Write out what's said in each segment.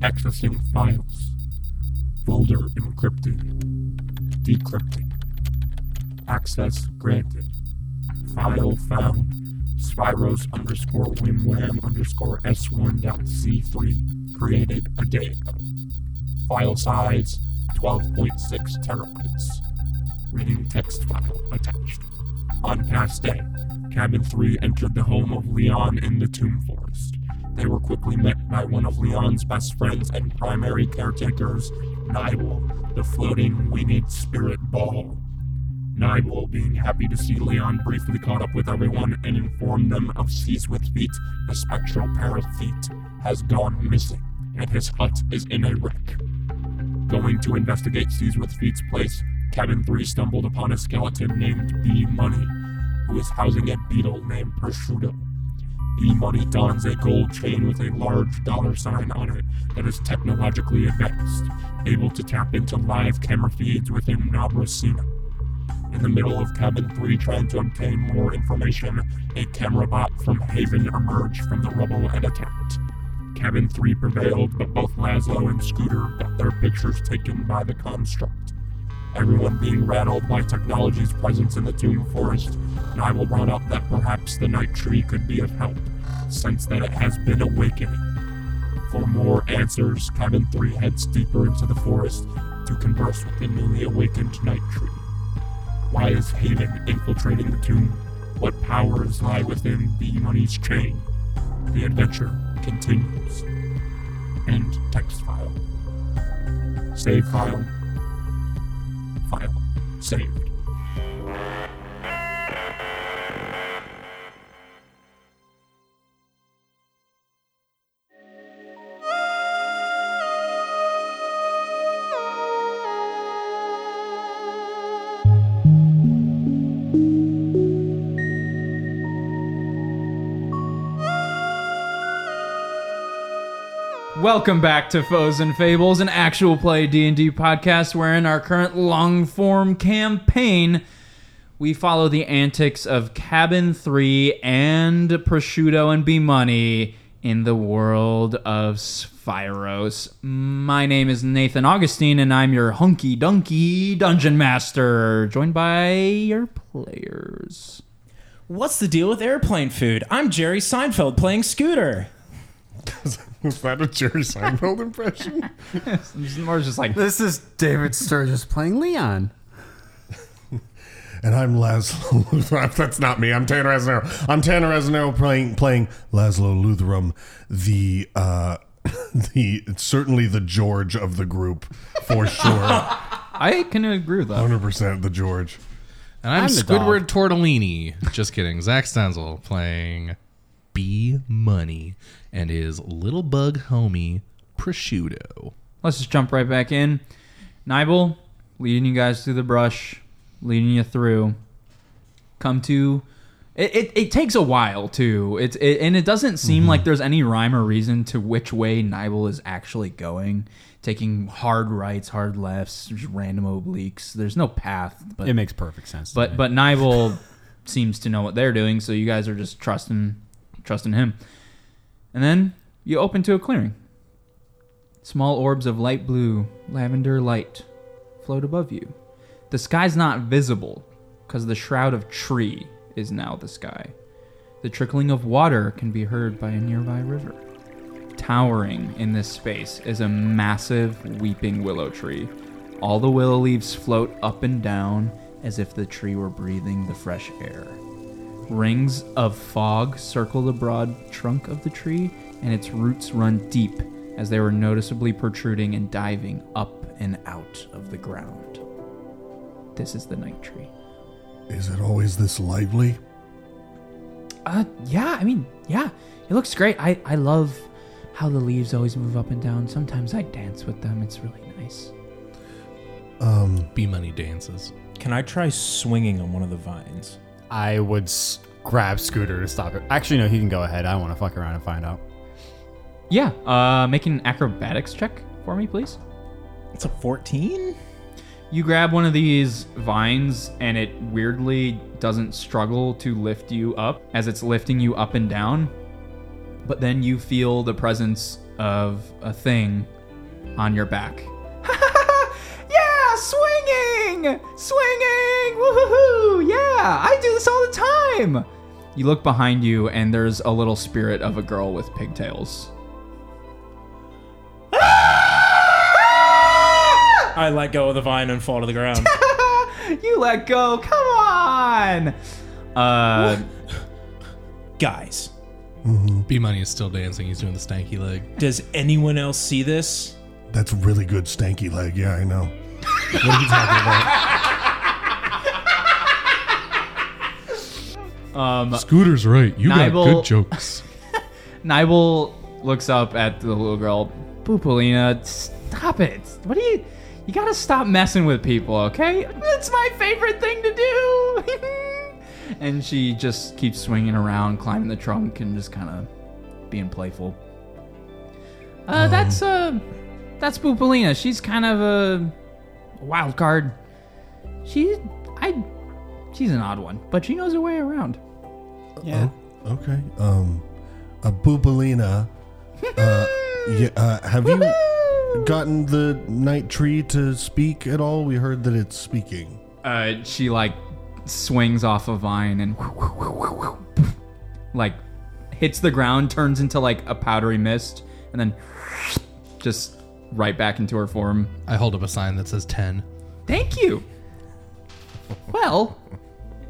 Accessing files. Folder encrypted. Decrypting. Access granted. File found. Spyros underscore wimwam underscore s1.c3 created a day ago. File size 12.6 terabytes. Reading text file attached. On past day, Cabin 3 entered the home of Leon in the Tomb Forest. They were quickly met by one of Leon's best friends and primary caretakers, Nibel, the floating winged spirit ball. Nibel, being happy to see Leon, briefly caught up with everyone and informed them of Seize with Feet, the spectral parathete, has gone missing, and his hut is in a wreck. Going to investigate Seize with Feet's place, Cabin 3 stumbled upon a skeleton named B Money, who is housing a beetle named Prosciutto. B Money dons a gold chain with a large dollar sign on it that is technologically advanced, able to tap into live camera feeds within Nabrasina. In the middle of cabin 3 trying to obtain more information, a camera bot from Haven emerged from the rubble and attacked. Cabin 3 prevailed, but both Laszlo and Scooter got their pictures taken by the construct. Everyone being rattled by technology's presence in the tomb forest, Nibel brought up that perhaps the night tree could be of help, since that it has been awakening. For more answers, Cabin 3 heads deeper into the forest to converse with the newly awakened night tree. Why is Haven infiltrating the tomb? What powers lie within B Money's chain? The adventure continues. End text file. Save file. File. Saved. Welcome back to Foes and Fables, an actual play D&D podcast wherein our current long-form campaign we follow the antics of Cabin 3 and Prosciutto and B-Money in the world of Spyros. My name is Nathan Augustine and I'm your hunky dunky dungeon master, joined by your players. What's the deal with airplane food? I'm Jerry Seinfeld playing Scooter. Was that a Jerry Seinfeld impression? Mars just like This is David Sturgis playing Leon. and I'm Laszlo Luthrum. That's not me. I'm Tanner Aznaro. I'm Tanner Aznaro playing playing Laszlo Luthrum, the uh, the certainly the George of the group for sure. I can agree with that. Hundred percent the George. And I'm, I'm the Squidward Tortellini. Just kidding. Zach Stenzel playing B Money and his little bug homie Prosciutto. let's just jump right back in. Nibel, leading you guys through the brush, leading you through. Come to. It, it, it takes a while too. It's it, and it doesn't seem like there's any rhyme or reason to which way Nibel is actually going, taking hard rights, hard lefts, just random obliques. There's no path, but It makes perfect sense. to but me. but Nibel seems to know what they're doing, so you guys are just trusting trusting him. And then you open to a clearing. Small orbs of light blue, lavender light float above you. The sky's not visible because the shroud of tree is now the sky. The trickling of water can be heard by a nearby river. Towering in this space is a massive weeping willow tree. All the willow leaves float up and down as if the tree were breathing the fresh air. Rings of fog circle the broad trunk of the tree, and its roots run deep as they were noticeably protruding and diving up and out of the ground. This is the night tree. Is it always this lively? Uh, yeah. I mean, yeah. It looks great. I I love how the leaves always move up and down. Sometimes I dance with them. It's really nice. B Money dances. Can I try swinging on one of the vines? I would s- grab Scooter to stop it. Actually, no, he can go ahead. I want to fuck around and find out. Yeah. Uh, make an acrobatics check for me, please. It's a 14? You grab one of these vines, and it weirdly doesn't struggle to lift you up as it's lifting you up and down. But then you feel the presence of a thing on your back. yeah, swinging, swinging, woohoo! Yeah, I do this all the time. You look behind you, and there's a little spirit of a girl with pigtails. Ah! I let go of the vine and fall to the ground. you let go. Come on. Uh, Guys, B Money is still dancing. He's doing the stanky leg. does anyone else see this? That's really good stanky leg. Yeah, I know. Scooter's right. You got Nibel- good jokes. Nibel looks up at the little girl. Poopolina, stop it. What do you? You gotta stop messing with people, okay? It's my favorite thing to do. and she just keeps swinging around, climbing the trunk, and just kind of being playful. Uh, that's uh, that's Poopolina. She's kind of a wild card. She, I, she's an odd one, but she knows her way around. Yeah. okay. Um, a boobalina. Uh, yeah, uh, have you gotten the night tree to speak at all? We heard that it's speaking. uh, she like swings off a vine and like hits the ground, turns into like a powdery mist, and then just right back into her form. I hold up a sign that says 10. Thank you. Well,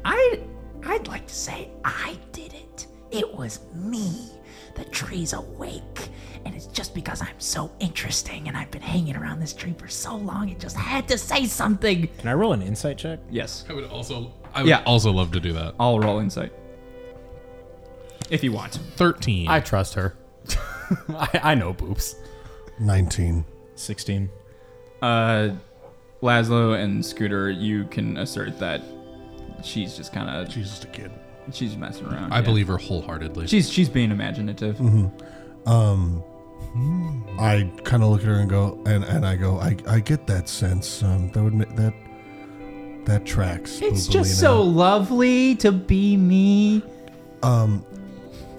I I'd like to say I did it. It was me. The tree's awake, and it's just because I'm so interesting and I've been hanging around this tree for so long, it just had to say something. Can I roll an insight check? Yes. I would also I would Yeah. also love to do that. I'll roll insight. If you want. 13. I trust her. I, I know boobs. 19. 16. Uh, Laszlo and Scooter, you can assert that she's just kind of She's just a kid. she's messing around. I yeah. believe Mm-hmm. her wholeheartedly. she's she's being imaginative. I kind of look at her and go, and, and I go, I, I get that sense. Um, that would make that that tracks. It's Boobalina. just so lovely to be me.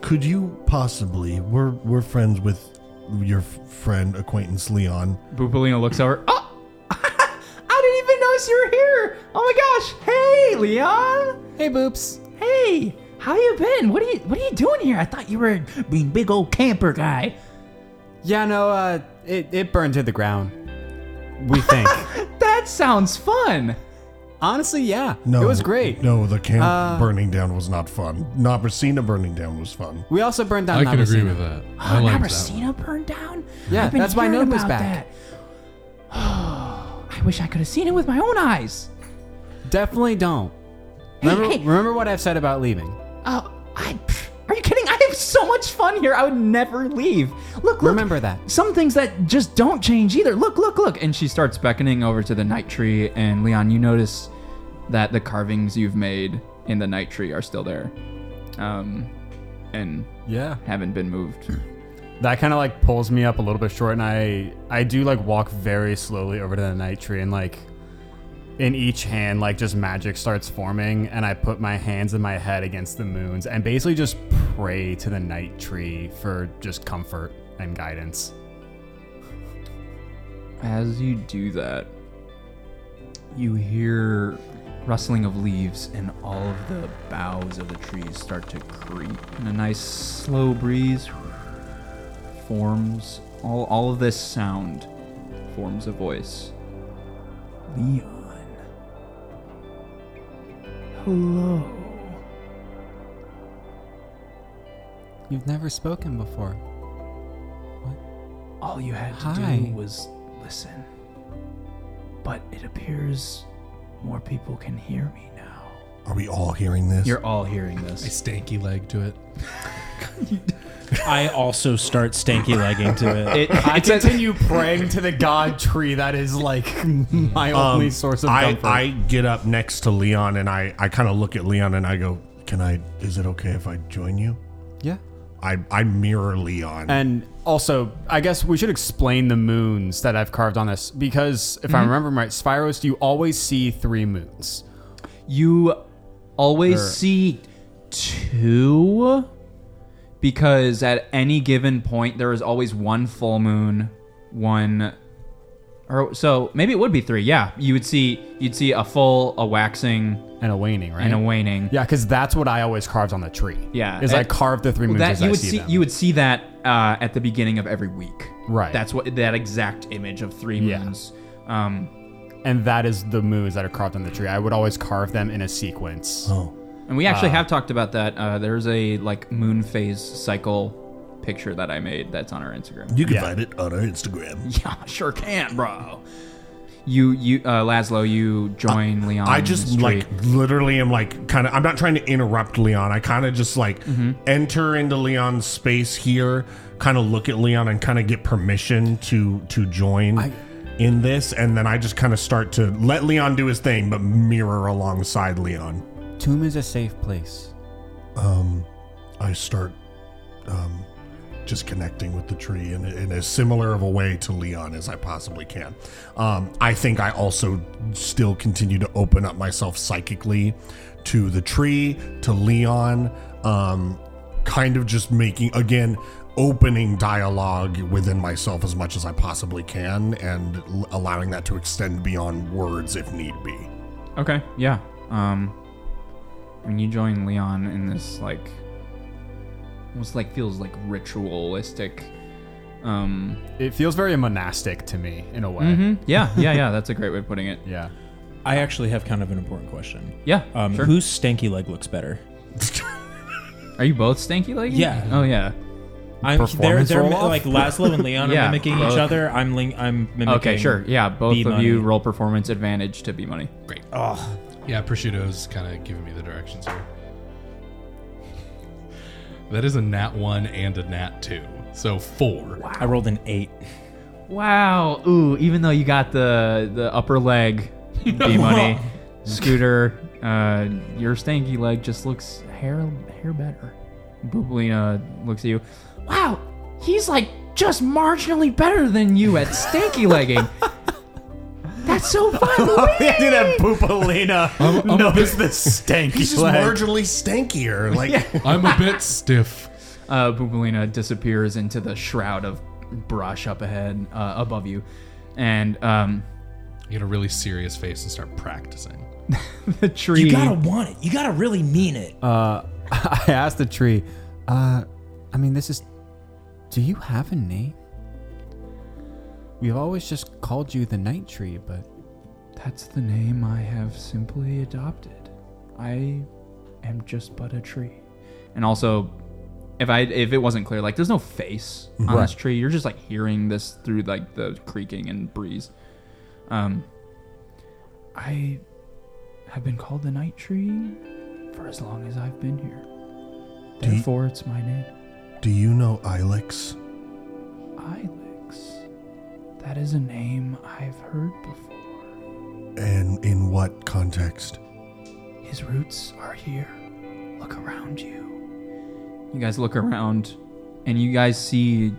Could you possibly? We're we're friends with your f- friend acquaintance Leon. Bupolina looks over. Oh, I didn't even notice you were here. Oh my gosh! Hey, Leon. Hey, boobs. Hey, how you been? What are you What are you doing here? I thought you were being big old camper guy. Yeah, no, uh, it, it burned to the ground. We think. That sounds fun. Honestly, yeah. No, It was great. No, the camp Uh, burning down was not fun. Nabrasina burning down was fun. We also burned down I can agree Nabasino. with that. I Oh, like that. one. Nabrasino burned down? Yeah, I've been that's why hearing Nope is about back. that. I wish I could have seen it with my own eyes. Definitely don't. Remember, hey. remember what I've said about leaving. Oh, I. pff, Are you kidding? I have so much fun here. I would never leave. Look, look. Remember that. Some things that just don't change either. Look, look, look. And she starts beckoning over to the night tree. And Leon, you notice that the carvings you've made in the night tree are still there, um, and Yeah. haven't been moved. That kind of like pulls me up a little bit short, and I I do like walk very slowly over to the night tree, and like in each hand, like just magic starts forming, and I put my hands and my head against the moons, and basically just pray to the night tree for just comfort and guidance. As you do that, you hear rustling of leaves and all of the boughs of the trees start to creep. And a nice slow breeze forms all, all of this sound forms a voice. Leon. Hello. You've never spoken before. All you had to Hi. do was listen. But it appears more people can hear me now. Are we all hearing this? You're all hearing I this. stanky leg to it. I also start stanky legging to it. I continue praying to the god tree that is like my only source of Um, I, comfort. I get up next to Leon and I, I kind of look at Leon and I go, Can I, is it okay if I join you? yeah. I, I mirror Leon. And also, I guess we should explain the moons that I've carved on this because if I remember right, Spyros, you always see three moons. Er. You always see two because at any given point there is always one full moon, one or so maybe it would be three. Yeah, you would see you'd see a full, a waxing, and a waning, right? and a waning. Yeah, because that's what I always carved on the tree. Yeah, is and- I carved the three Well, moons that as you I would see, see them. you would see that uh, at the beginning of every week. Right. That's what that exact image of three Yeah. moons. Um, and that is the moons that are carved on the tree. I would always carve them in a sequence. Oh, and we Ah. actually have talked about that. Uh, there's a like moon phase cycle picture that I made that's on our Instagram. you can Yeah. find it on our Instagram. Yeah, I sure can, bro. You you uh, Laszlo, you join Leon. I just like literally am like kind of. I'm not trying to interrupt Leon. I kind of just like Mm-hmm. enter into Leon's space here, kind of look at Leon and kind of get permission to to join in this, and then I just kind of start to let Leon do his thing, but mirror alongside Leon. Tomb is a safe place. I start um, just connecting with the tree in, in as similar of a way to Leon as I possibly can. Um, I think I also still continue to open up myself psychically to the tree, to Leon, um, kind of just making, again, opening dialogue within myself as much as I possibly can and l- allowing that to extend beyond words if need be. Okay, yeah. Um, when you join Leon in this like, almost like feels like ritualistic. Um, It feels very monastic to me in a way. yeah, yeah, yeah. That's a great way of putting it. Yeah. I actually have kind of an important question. Yeah, Um, sure. Whose stanky leg looks better? Are you both stanky legged? Yeah. Oh yeah. I'm they're, Performance they're mi- roll-off? like Laszlo and Leon Yeah, are mimicking both. each other. I'm ling- I'm mimicking. Okay, sure. Yeah, both Bee of you money. roll performance advantage to be money. Great. Oh. Yeah, prosciutto's kind of giving me the directions here. That is a nat one and a nat two, so four. I rolled an eight. Wow. Ooh. Even though you got the the upper leg, B money, scooter, uh, your stanky leg just looks hair hair better. Bublina looks at you. Wow. He's like just marginally better than you at stanky legging. That's so fun. Dude, that Bubalina noticed the stanky He's just marginally stankier. Like, I'm a bit stiff. Uh, Bubalina disappears into the shroud of brush up ahead, uh, above you, and um, You get a really serious face and start practicing. the tree. You gotta want it. You gotta really mean it. Uh, I asked the tree, uh, I mean, this is. Do you have a name? We've always just called you the Night Tree, but. That's the name I have simply adopted. I am just but a tree. And also, if I if it wasn't clear, like there's no face on this tree. You're just like hearing this through like the creaking and breeze. Um, I have been called the night tree for as long as I've been here. Do you- Therefore, it's my name. do you know Ilex? Ilex. That is a name I've heard before. And in what context? His roots are here. Look around you. You guys look around, and you guys see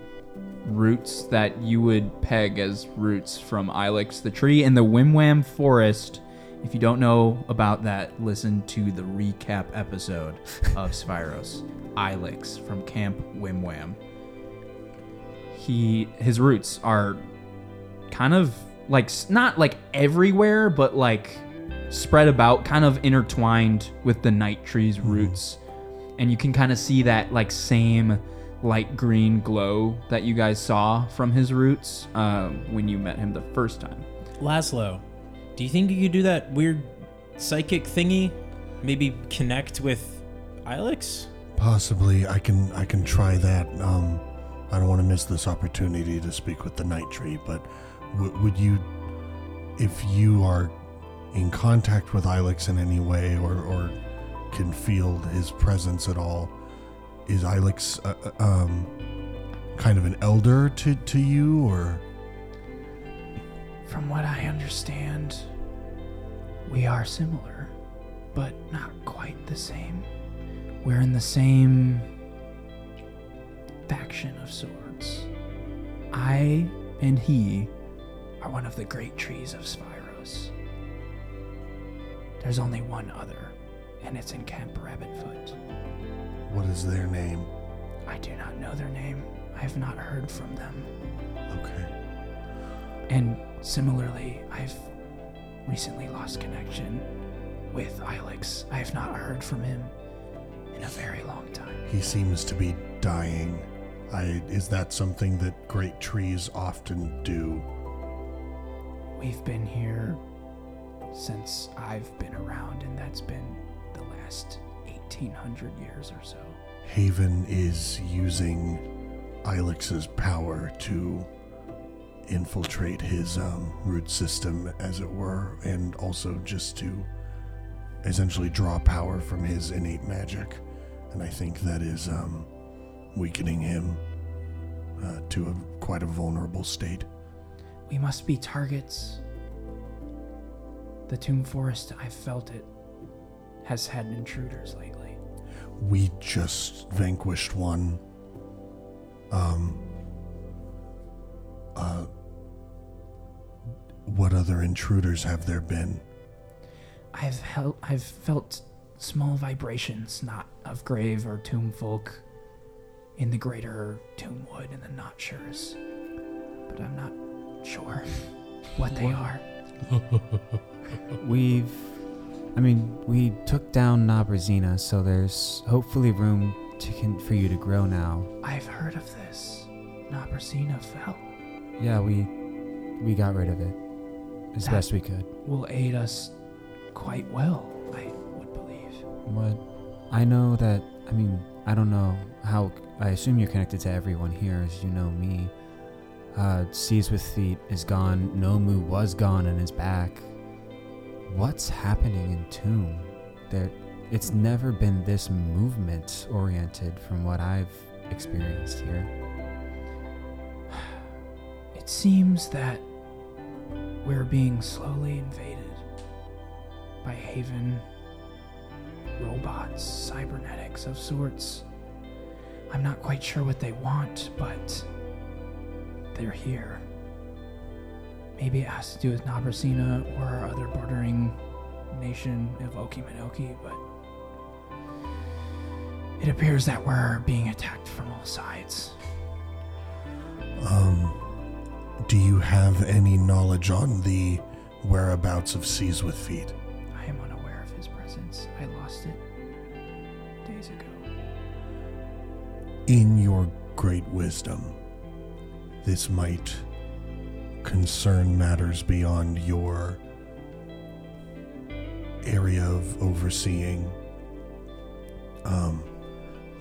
roots that you would peg as roots from Ilex the tree in the Wimwam forest. If you don't know about that, listen to the recap episode of Spyros. Ilex from Camp Wimwam. He his roots are kind of like s- not like everywhere, but like spread about, kind of intertwined with the night tree's Mm-hmm. roots. And you can kind of see that like same light green glow that you guys saw from his roots uh, when you met him the first time. Laszlo, do you think you could do that weird psychic thingy? Maybe connect with Ilex? Possibly, I can I can try that. Um, I don't want to miss this opportunity to speak with the night tree. But w- would you, if you are in contact with Ilex in any way, or or can feel his presence at all, is Ilex uh, uh, um kind of an elder to to you, or From what I understand, we are similar, but not quite the same. We're in the same faction of sorts. I and he are one of the great trees of Spyros. There's only one other, and it's in Camp Rabbitfoot. what is their name? I do not know their name. I have not heard from them. Okay. And similarly, I've recently lost connection with Ilex. I have not heard from him in a very long time. He seems to be dying. I, is that something that great trees often do? We've been here since I've been around, and that's been the last 1800 years or so. Haven is using Ilex's power to infiltrate his um, root system, as it were, and also just to essentially draw power from his innate magic. And I think that is um, weakening him uh, to a, quite a vulnerable state. We must be targets. The Tomb Forest, I've felt it, has had intruders lately. We just vanquished one. Um. Uh. What other intruders have there been? I've hel- I've felt small vibrations, not of grave or tomb folk, in the greater tomb wood and the notchures, but I'm not sure what they are. We've. I mean, we took down Nabrazina, so there's hopefully room to con- for you to grow now. I've heard of this. Nabrasina fell. Yeah, we we got rid of it as That- best we could. Will aid us quite well, I would believe. What? I know that. I mean, I don't know how. I assume you're connected to everyone here, as you know me. Uh, Seas with Feet is gone. Nomu was gone and is back. What's happening in Tomb? There, it's never been this movement oriented from what I've experienced here. It seems that we're being slowly invaded by Haven robots, cybernetics of sorts. I'm not quite sure what they want, but they're here. Maybe it has to do with Nabrasina or our other bordering nation of Okimanoki, but it appears that we're being attacked from all sides. Um, do you have any knowledge on the whereabouts of Seas with Feet? I am unaware of his presence. I lost it days ago. In your great wisdom, this might concern matters beyond your area of overseeing. Um,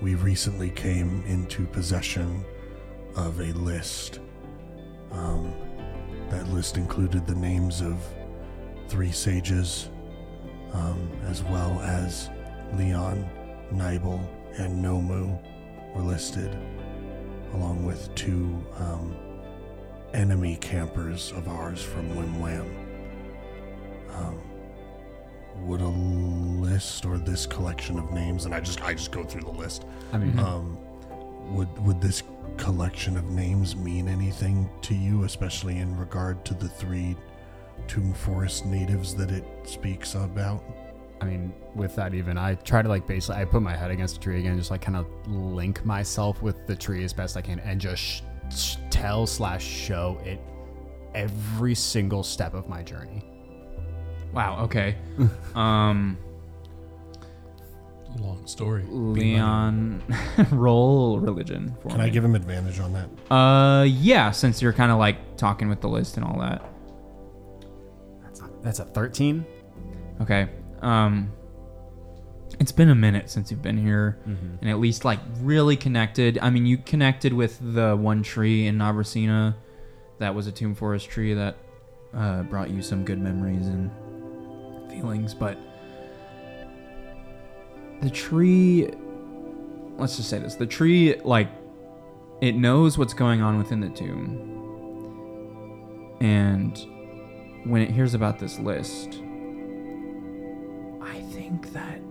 we recently came into possession of a list. Um, that list included the names of three sages, um, as well as Leon, Nibel, and Nomu were listed, along with two um, enemy campers of ours from Wim Wham. Um, would a list or this collection of names, and I just I just go through the list. I mean, Um, would would this collection of names mean anything to you, especially in regard to the three Tomb Forest natives that it speaks about? I mean, with that even, I try to like basically, I put my head against a tree again, just like kind of link myself with the tree as best I can, and just sh- sh- tell slash show it every single step of my journey. Wow. Okay. um, Long story. Leon, roll religion for Can me. I give him advantage on that? uh, yeah. Since you're kind of like talking with the list and all that. That's a, that's a thirteen. Okay. Um, it's been a minute since you've been here, and at least like really connected. I mean, you connected with the one tree in Nabrasina, that was a tomb forest tree that uh, brought you some good memories and feelings, but the tree. Let's just say this: the tree, like, it knows what's going on within the tomb, and when it hears about this list. I think that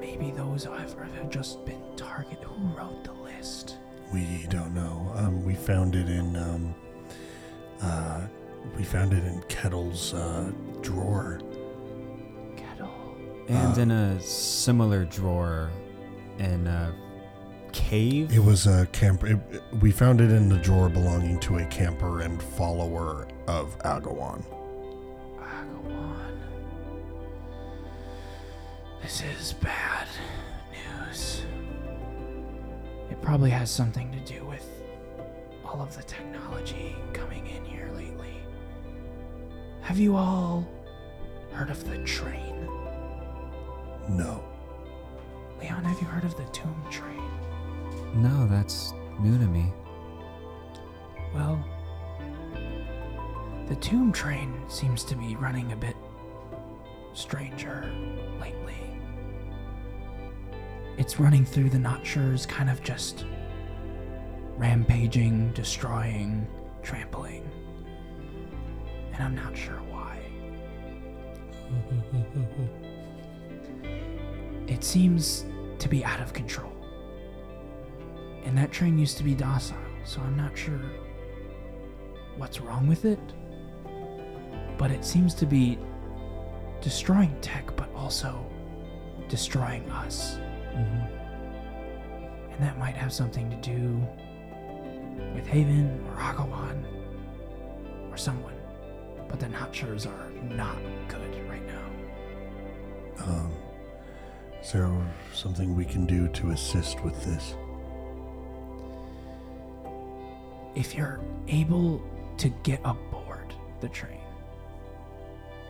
maybe those have have just been target who wrote the list. We don't know. Um, we found it in um, uh, we found it in Kettle's uh, drawer. Kettle. Uh, and in a similar drawer and uh, cave. It was a camper. It, it- we found it in the drawer belonging to a camper and follower of Agawan. Ah, go on. This is bad news. It probably has something to do with all of the technology coming in here lately. Have you all heard of the train? No. Leon, have you heard of the tomb train? No, that's new to me. Well, the tomb train seems to be running a bit stranger lately. It's running through the Notchers, kind of just rampaging, destroying, trampling. And I'm not sure why. it seems to be out of control. And that train used to be docile, so I'm not sure what's wrong with it. But it seems to be destroying tech, but also destroying us. And that might have something to do with Haven or Agawan or someone. But the Notchers are not good right now. Um, is there something we can do to assist with this? If you're able to get aboard the train,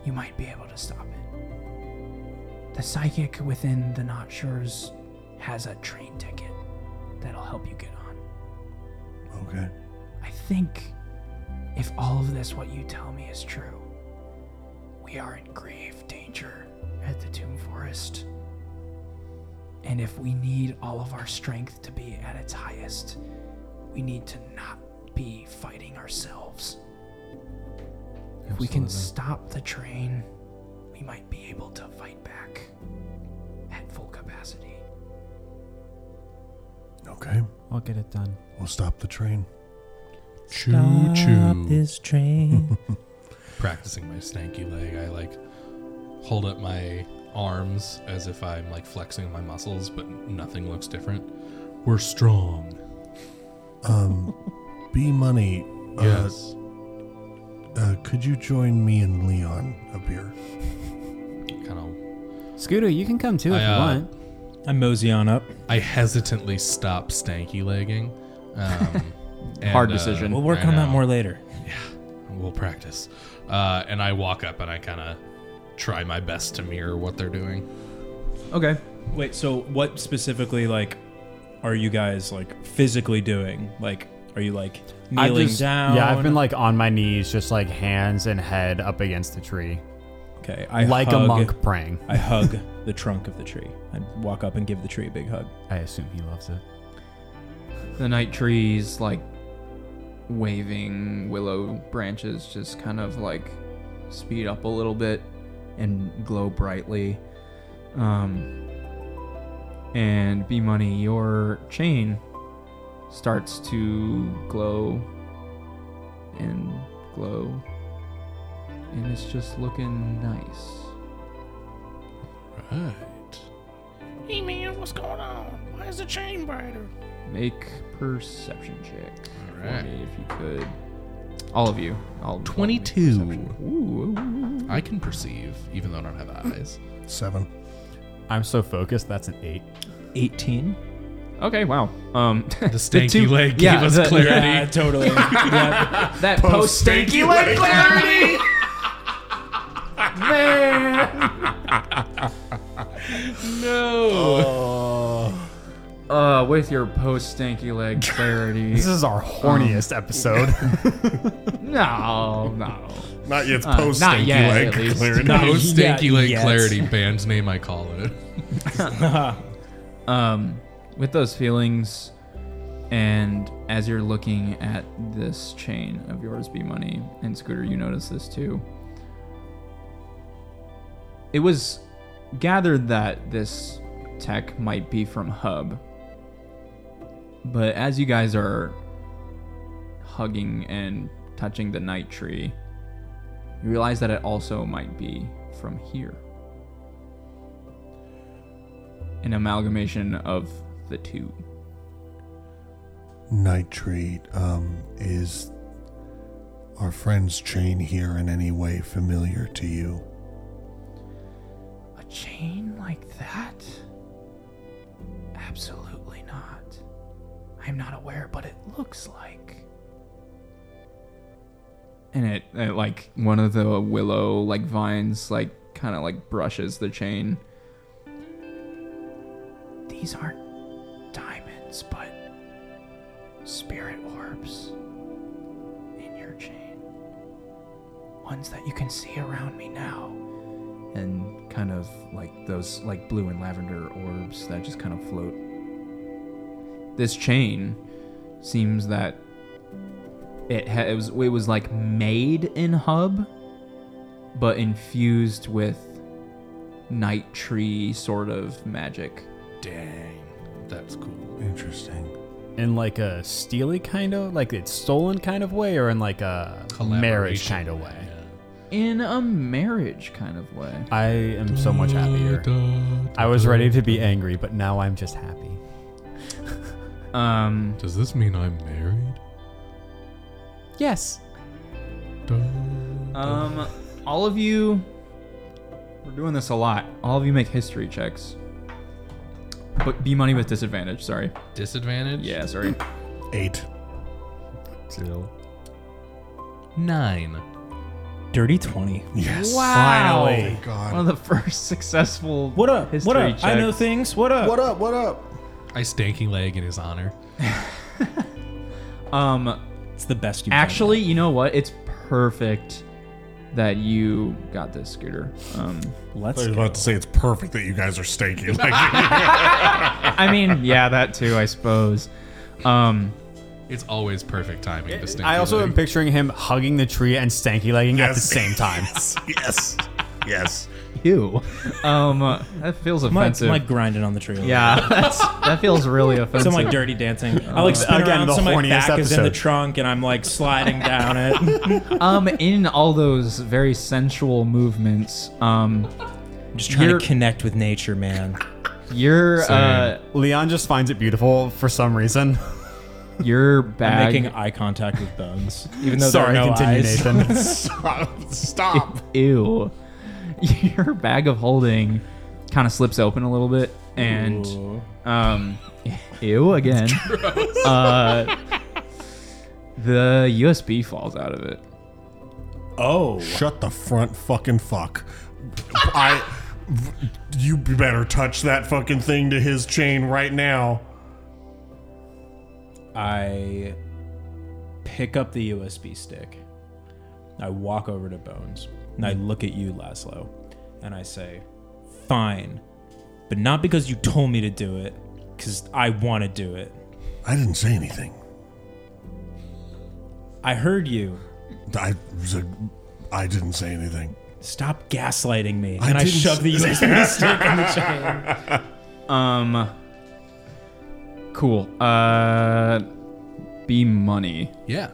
you might be able to stop it. The psychic within the Notchers has a train ticket that'll help you get on. Okay. I think if all of this, what you tell me, is true, we are in grave danger at the Tomb Forest. And if we need all of our strength to be at its highest, we need to not be fighting ourselves. If we can stop the train, we might be able to fight back at full capacity. Okay. I'll get it done. We'll stop the train. Choo choo. this train. practicing my stanky leg, I like hold up my arms as if I'm like flexing my muscles, but nothing looks different. We're strong. Um, B Money, uh, Yes. uh, could you join me and Leon up here? kind of. Scooter, you can come too if I, you uh, want. I mosey on up. I hesitantly stop stanky legging. Um, and, Hard uh, decision. We'll work I on that know. more later. We'll practice. Uh, and I walk up and I kind of try my best to mirror what they're doing. Okay. Wait, so what specifically, like, are you guys, like, physically doing? Like, are you, like, I kneeling just- down? Yeah, I've been like on my knees, just like hands and head up against the tree, okay, I like a hug- monk praying. I hug the trunk of the tree. I walk up and give the tree a big hug. I assume he loves it. The night trees, like waving willow branches, just kind of like speed up a little bit and glow brightly. Um, and B Money, your chain starts to glow and glow, and it's just looking nice. Right. Hey man, what's going on? Why is the chain brighter? Make perception check All for right. me if you could. All of you. All all make 22. perception. Ooh. I can perceive, even though I don't have eyes. Seven. I'm so focused. That's an eight. 18? Okay, wow. Um, the stanky leg gave us the- clarity. Yeah, Uh, totally. Yeah. That post stanky leg clarity. Man. no. Oh. Uh, with your post stanky leg clarity. This is our horniest episode. no, no. Not yet. It's Uh, post not stanky yet, leg at least. clearing. Not No yet, stanky leg yet. clarity, band's name I call it. um, with those feelings, and as you're looking at this chain of yours, B Money and Scooter, you notice this too. It was gathered that this tech might be from Hub, but as you guys are hugging and touching the night tree, you realize that it also might be from here. an amalgamation of the two. Nitrate um, is our friend's chain here in any way familiar to you? A chain like that? Absolutely not. I'm not aware, but it looks like. And it, it like one of the willow like vines like kind of like brushes the chain. These aren't diamonds, but spirit orbs in your chain. Ones that you can see around me now and kind of like those like blue and lavender orbs that just kind of float. This chain seems that it, ha- it was it was like made in hub, but infused with night tree sort of magic. Dang, that's cool. Interesting. in like a steely kind of like it's stolen kind of way or in like a marriage Collaboration, kind of way In a marriage kind of way. i am so much happier i was ready to be angry but now i'm just happy Um, Does this mean I'm married? yes Dun, um, all of you, we're doing this a lot. All of you make history checks. But B money with disadvantage. Sorry. Disadvantage? Yeah, sorry. Eight. Nine. Dirty 20. Yes. Wow. Finally. God. One of the first successful What up? history what up? checks. I know things. What up? What up? What up? I stanky leg in his honor. Um, It's the best you can. actually, you know what? It's perfect that you got this scooter. Um, Let's I was go. about to say it's perfect that you guys are stanky. Like, I mean, yeah, that too, I suppose. Um, It's always perfect timing to stanky i also leg. am picturing him hugging the tree and stanky legging at the Yes. same time yes. Yes. ew. Um, that feels I'm like, offensive. I'm like grinding on the tree. yeah, that's, that feels really So offensive. I'm like dirty dancing. I like spin Again, around the so my horniest back is in the episode. trunk and I'm like sliding down it. um, in all those very sensual movements, um, I'm just trying You're- to connect with nature, man. your uh, leon just finds it beautiful for some reason your I'm bag. making eye contact with bones, even though sorry there are no continue eyes. nathan Stop. Stop. ew. Your bag of holding kind of slips open a little bit, and um, ew again. Uh, the USB falls out of it. Oh, Shut the front fucking fuck. I. You better touch that fucking thing to his chain right now. I pick up the USB stick. I walk over to Bones and I look at you, Laszlo, and I say, "Fine, but not because you told me to do it, because I want to do it. I didn't say anything. I heard you. I was a, I didn't say anything. Stop gaslighting me." I and I didn't shove the say- USB stick in the chain. Um. Cool. Uh, be money. Yeah.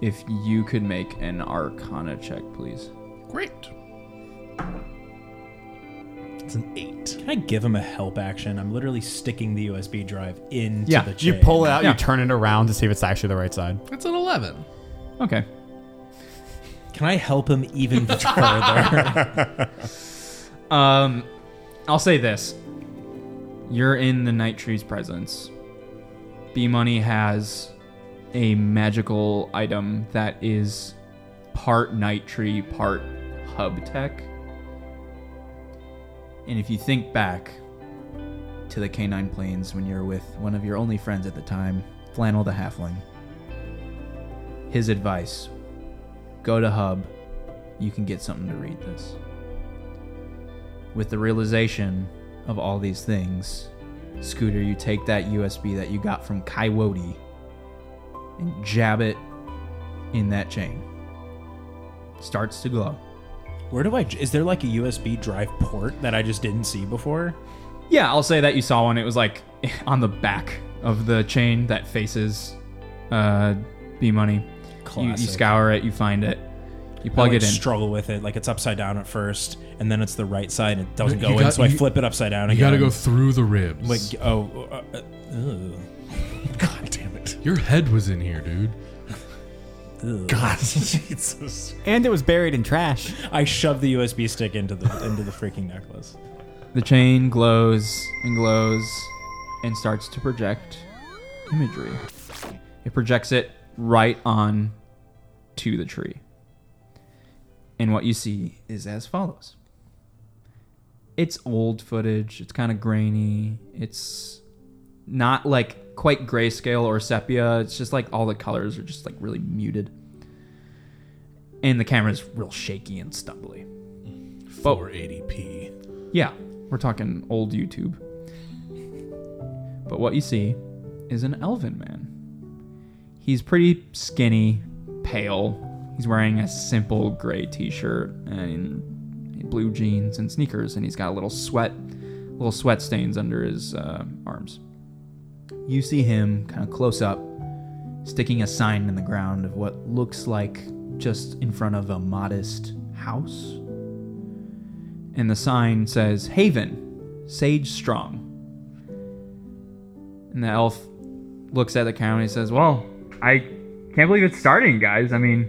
If you could make an Arcana check, please. Great. It's an eight. Can I give him a help action? I'm literally sticking the USB drive into Yeah, the you chain. pull it out Yeah. you turn it around to see if it's actually the right side It's an eleven. Okay. Can I help him even further? Um, I'll say this: you're in the Night Tree's presence. B Money has a magical item that is part Night Tree, part Hub Tech. And if you think back to the Canine Plains when you're with one of your only friends at the time, Flannel the Halfling, his advice: go to Hub. You can get something to read this with the realization of all these things, Scooter, you take that USB that you got from Coyote and jab it in that chain. Starts to glow. Where do I? Is there like a USB drive port that I just didn't see before? Yeah, I'll say that you saw one. It was like on the back of the chain that faces uh, B Money. You, you Classic. scour it, you find it. You plug I, it like, in. Struggle with it. Like it's upside down at first, and then it's the right side and it doesn't You go in. got- So I you- flip it upside down You again. gotta go through the ribs. like oh, uh, uh, ugh, God damn it. your head was in here, dude. ugh. God, Jesus. And it was buried in trash. I shoved the USB stick into the into the freaking necklace. The chain glows and glows and starts to project imagery. It projects it right on to the tree. And what you see is as follows it's old footage, it's kind of grainy, it's not like quite grayscale or sepia, it's just like all the colors are just like really muted. And the camera's real shaky and stumbly. 480p. Yeah, we're talking old YouTube. But what you see is an elven man. He's pretty skinny, pale. He's wearing a simple gray t shirt and blue jeans and sneakers, and he's got a little sweat, little sweat stains under his uh, arms. You see him kind of close up, sticking a sign in the ground of what looks like just in front of a modest house and the sign says Haven, Sage Strong. And the elf looks at the camera and he says, Well, I can't believe it's starting, guys. I mean,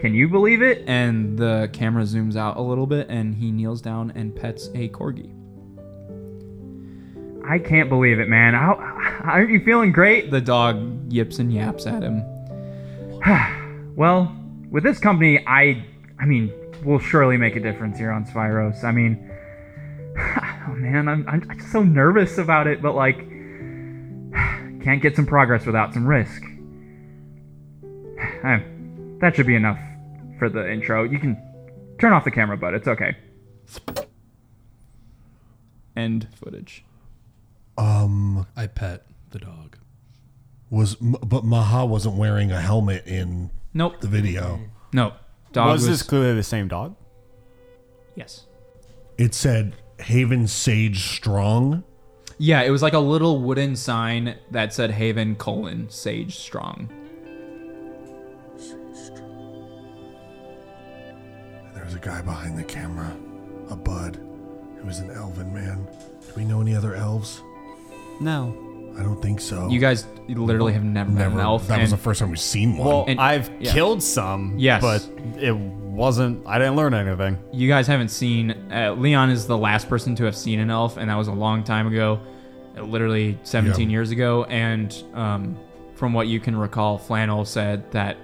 can you believe it? And the camera zooms out a little bit and he kneels down and pets a corgi. I can't believe it, man. How, aren't you feeling great? The dog yips and yaps at him. Well, with this company, I I mean, we'll surely make a difference here on Spyros. I mean, oh man, I'm I'm just so nervous about it, but like can't get some progress without some risk. Eh, that should be enough for the intro. You can turn off the camera, but it's okay. End footage. Um, I pet the dog. was but Maha wasn't wearing a helmet in Nope. the video. Nope. Dog was this clearly the same dog? yes. It said Haven Sage Strong. Yeah, it was like a little wooden sign that said Haven colon Sage Strong. And there was a guy behind the camera, a bud, who was an elven man. Do we know any other elves? No. I don't think so. You guys literally have never, met never. an elf. that was the and- first time we've seen one. Well, And- I've yeah. killed some. Yes. But it wasn't. I didn't learn anything. you guys haven't seen uh, Leon is the last person to have seen an elf, and that was a long time ago, uh, literally 17 Yeah. years ago. And um, from what you can recall, Flannel said that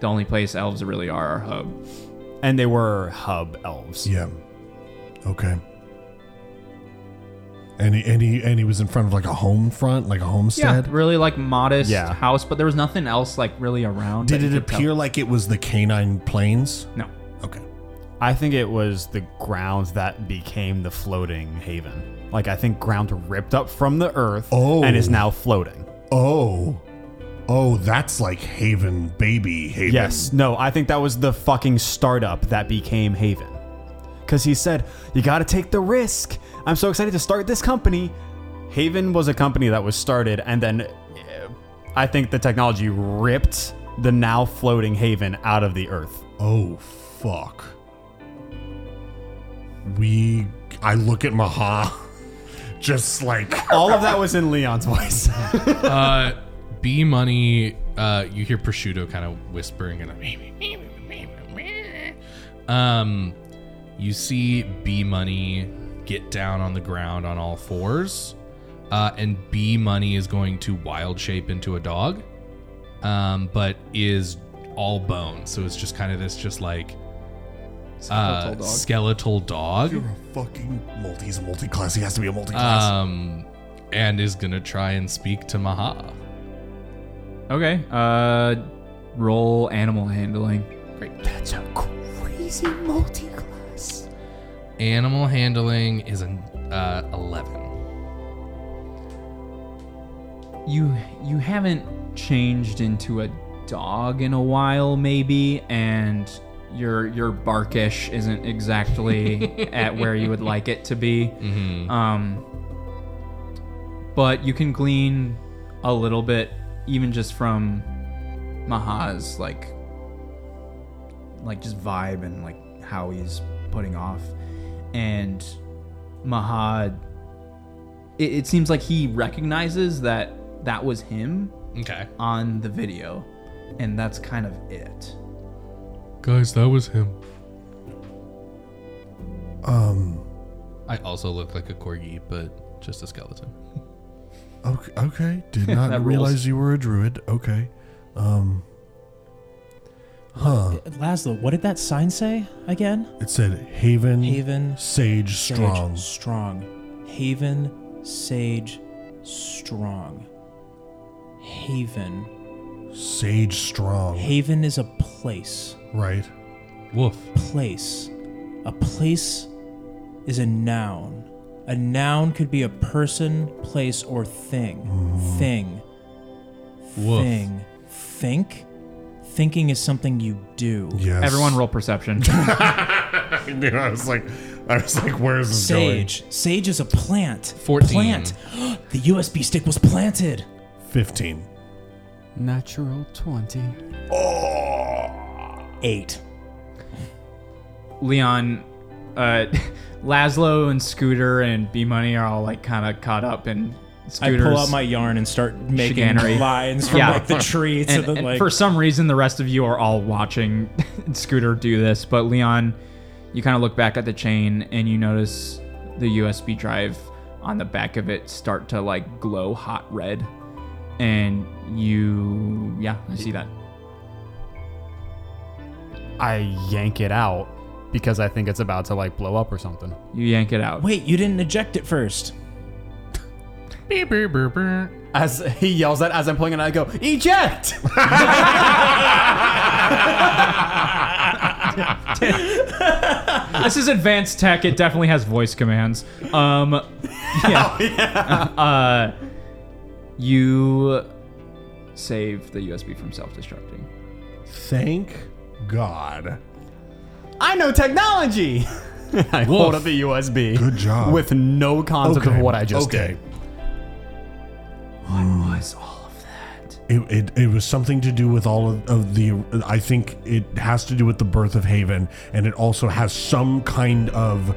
the only place elves really are our hub. And they were hub elves. yeah. Okay. And he, and he and he was in front of like a home front, like a homestead. Yeah, really like modest Yeah. house, but there was nothing else like really around. Did that it you could tell. appear like it was the canine plains? No. Okay. I think it was the ground that became the floating haven. Like I think ground ripped up from the earth Oh. and is now floating. Oh. Oh, that's like Haven Baby Haven. Yes. No, I think that was the fucking startup that became Haven. Cuz he said, "You got to take the risk. I'm so excited to start this company." Haven was a company that was started and then eh, I think the technology ripped the now floating Haven out of the earth. Oh fuck. We I look at Maha just like All of that was in Leon's voice. Uh, B money. Uh, you hear prosciutto kind of whispering and a um, you see B money get down on the ground on all fours, uh, and B money is going to wild shape into a dog, um, but is all bone, so it's just kind of this just like Skeletal uh, dog. skeletal dog. You're a fucking multi he's a multi-class. He has to be a multi-class. um, and is gonna try and speak to Maha. Okay. Uh, roll animal handling. Animal handling is an uh, eleven. you you haven't changed into a dog in a while maybe and your your barkish isn't exactly at where you would like it to be um but you can glean a little bit even just from maha's like like just vibe and like how he's putting off. And Mahad, it, it seems like he recognizes that that was him Okay. on the video, and that's kind of it. Guys, that was him. Um. I also look like a corgi, but just a skeleton. Okay, okay. did That not rules. realize you were a druid. Okay. Um Huh. Laszlo, what did that sign say again? It said Haven, Haven Sage Strong. Sage strong. Haven Sage Strong. Haven. Sage Strong. Haven is a place. right. Woof. Place. A place is a noun. A noun could be a person, place, or thing. Thing. Woof. Thing. Think? Thinking is something you do. Yes. Everyone roll perception. I knew. I was like I was like where's this Sage. Sage is a plant. 14. Plant. the USB stick was planted. going? 15. Natural 20. Eight. Leon, uh, Laszlo and Scooter and B Money are all like kind of caught up in Scooter's. I pull out my yarn and start making Chicanery. lines from Yeah. like the tree to and, the and like. for some reason, the rest of you are all watching Scooter do this, but Leon, you kind of look back at the chain and you notice the USB drive on the back of it start to like glow hot red, and you, yeah, I see that. I yank it out because I think it's about to like blow up or something. You yank it out. Wait, you didn't eject it first. As he yells that as I'm pulling it, out, I go eject. This is advanced tech. It definitely has voice commands. Um, yeah. Oh, Uh, you save the USB from self-destructing. Thank God. I know technology. I hold up the USB. Good job. With no concept Okay, of what I just okay. did. What was all of that? It, it, it was something to do with all of, of the. I think it has to do with the birth of Haven, and it also has some kind of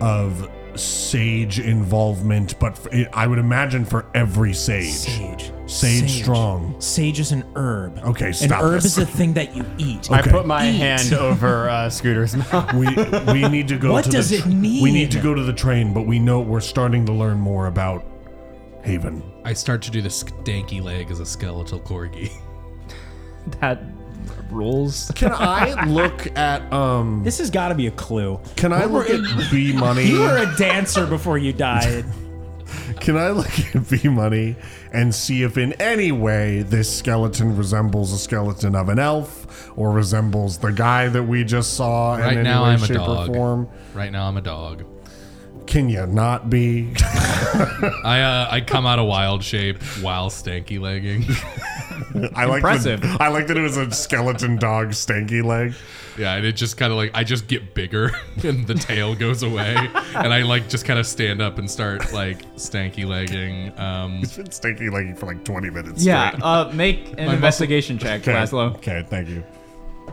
of sage involvement. But for, it, I would imagine for every sage, Sage. Sage strong. Sage is an herb. Okay, An stop herb this. is a thing that you eat. I put my Eat. hand over uh, Scooter's mouth. we we need to go. What to does the it tr- We mean? need to go to the train, but we know we're starting to learn more about Haven. I start to do the stanky leg as a skeletal corgi. That rules. Can I look at um? This has got to be a clue. Can I look at B money? You were a dancer before you died. Can I look at V Money and see if in any way this skeleton resembles a skeleton of an elf or resembles the guy that we just saw Right in any now, way, I'm a shape, dog. or form? Right now, I'm a dog. Can you not be? I uh, I come out of wild shape while stanky legging. I like Impressive. That, I like that it was a skeleton dog stanky leg. yeah, and it just kind of like I just get bigger and the tail goes away, and I like just kind of stand up and start like stanky legging. Um, It's been stanky legging for like 20 minutes. Yeah. straight. Uh, make an investigation check, Okay. Laszlo. Okay, thank you.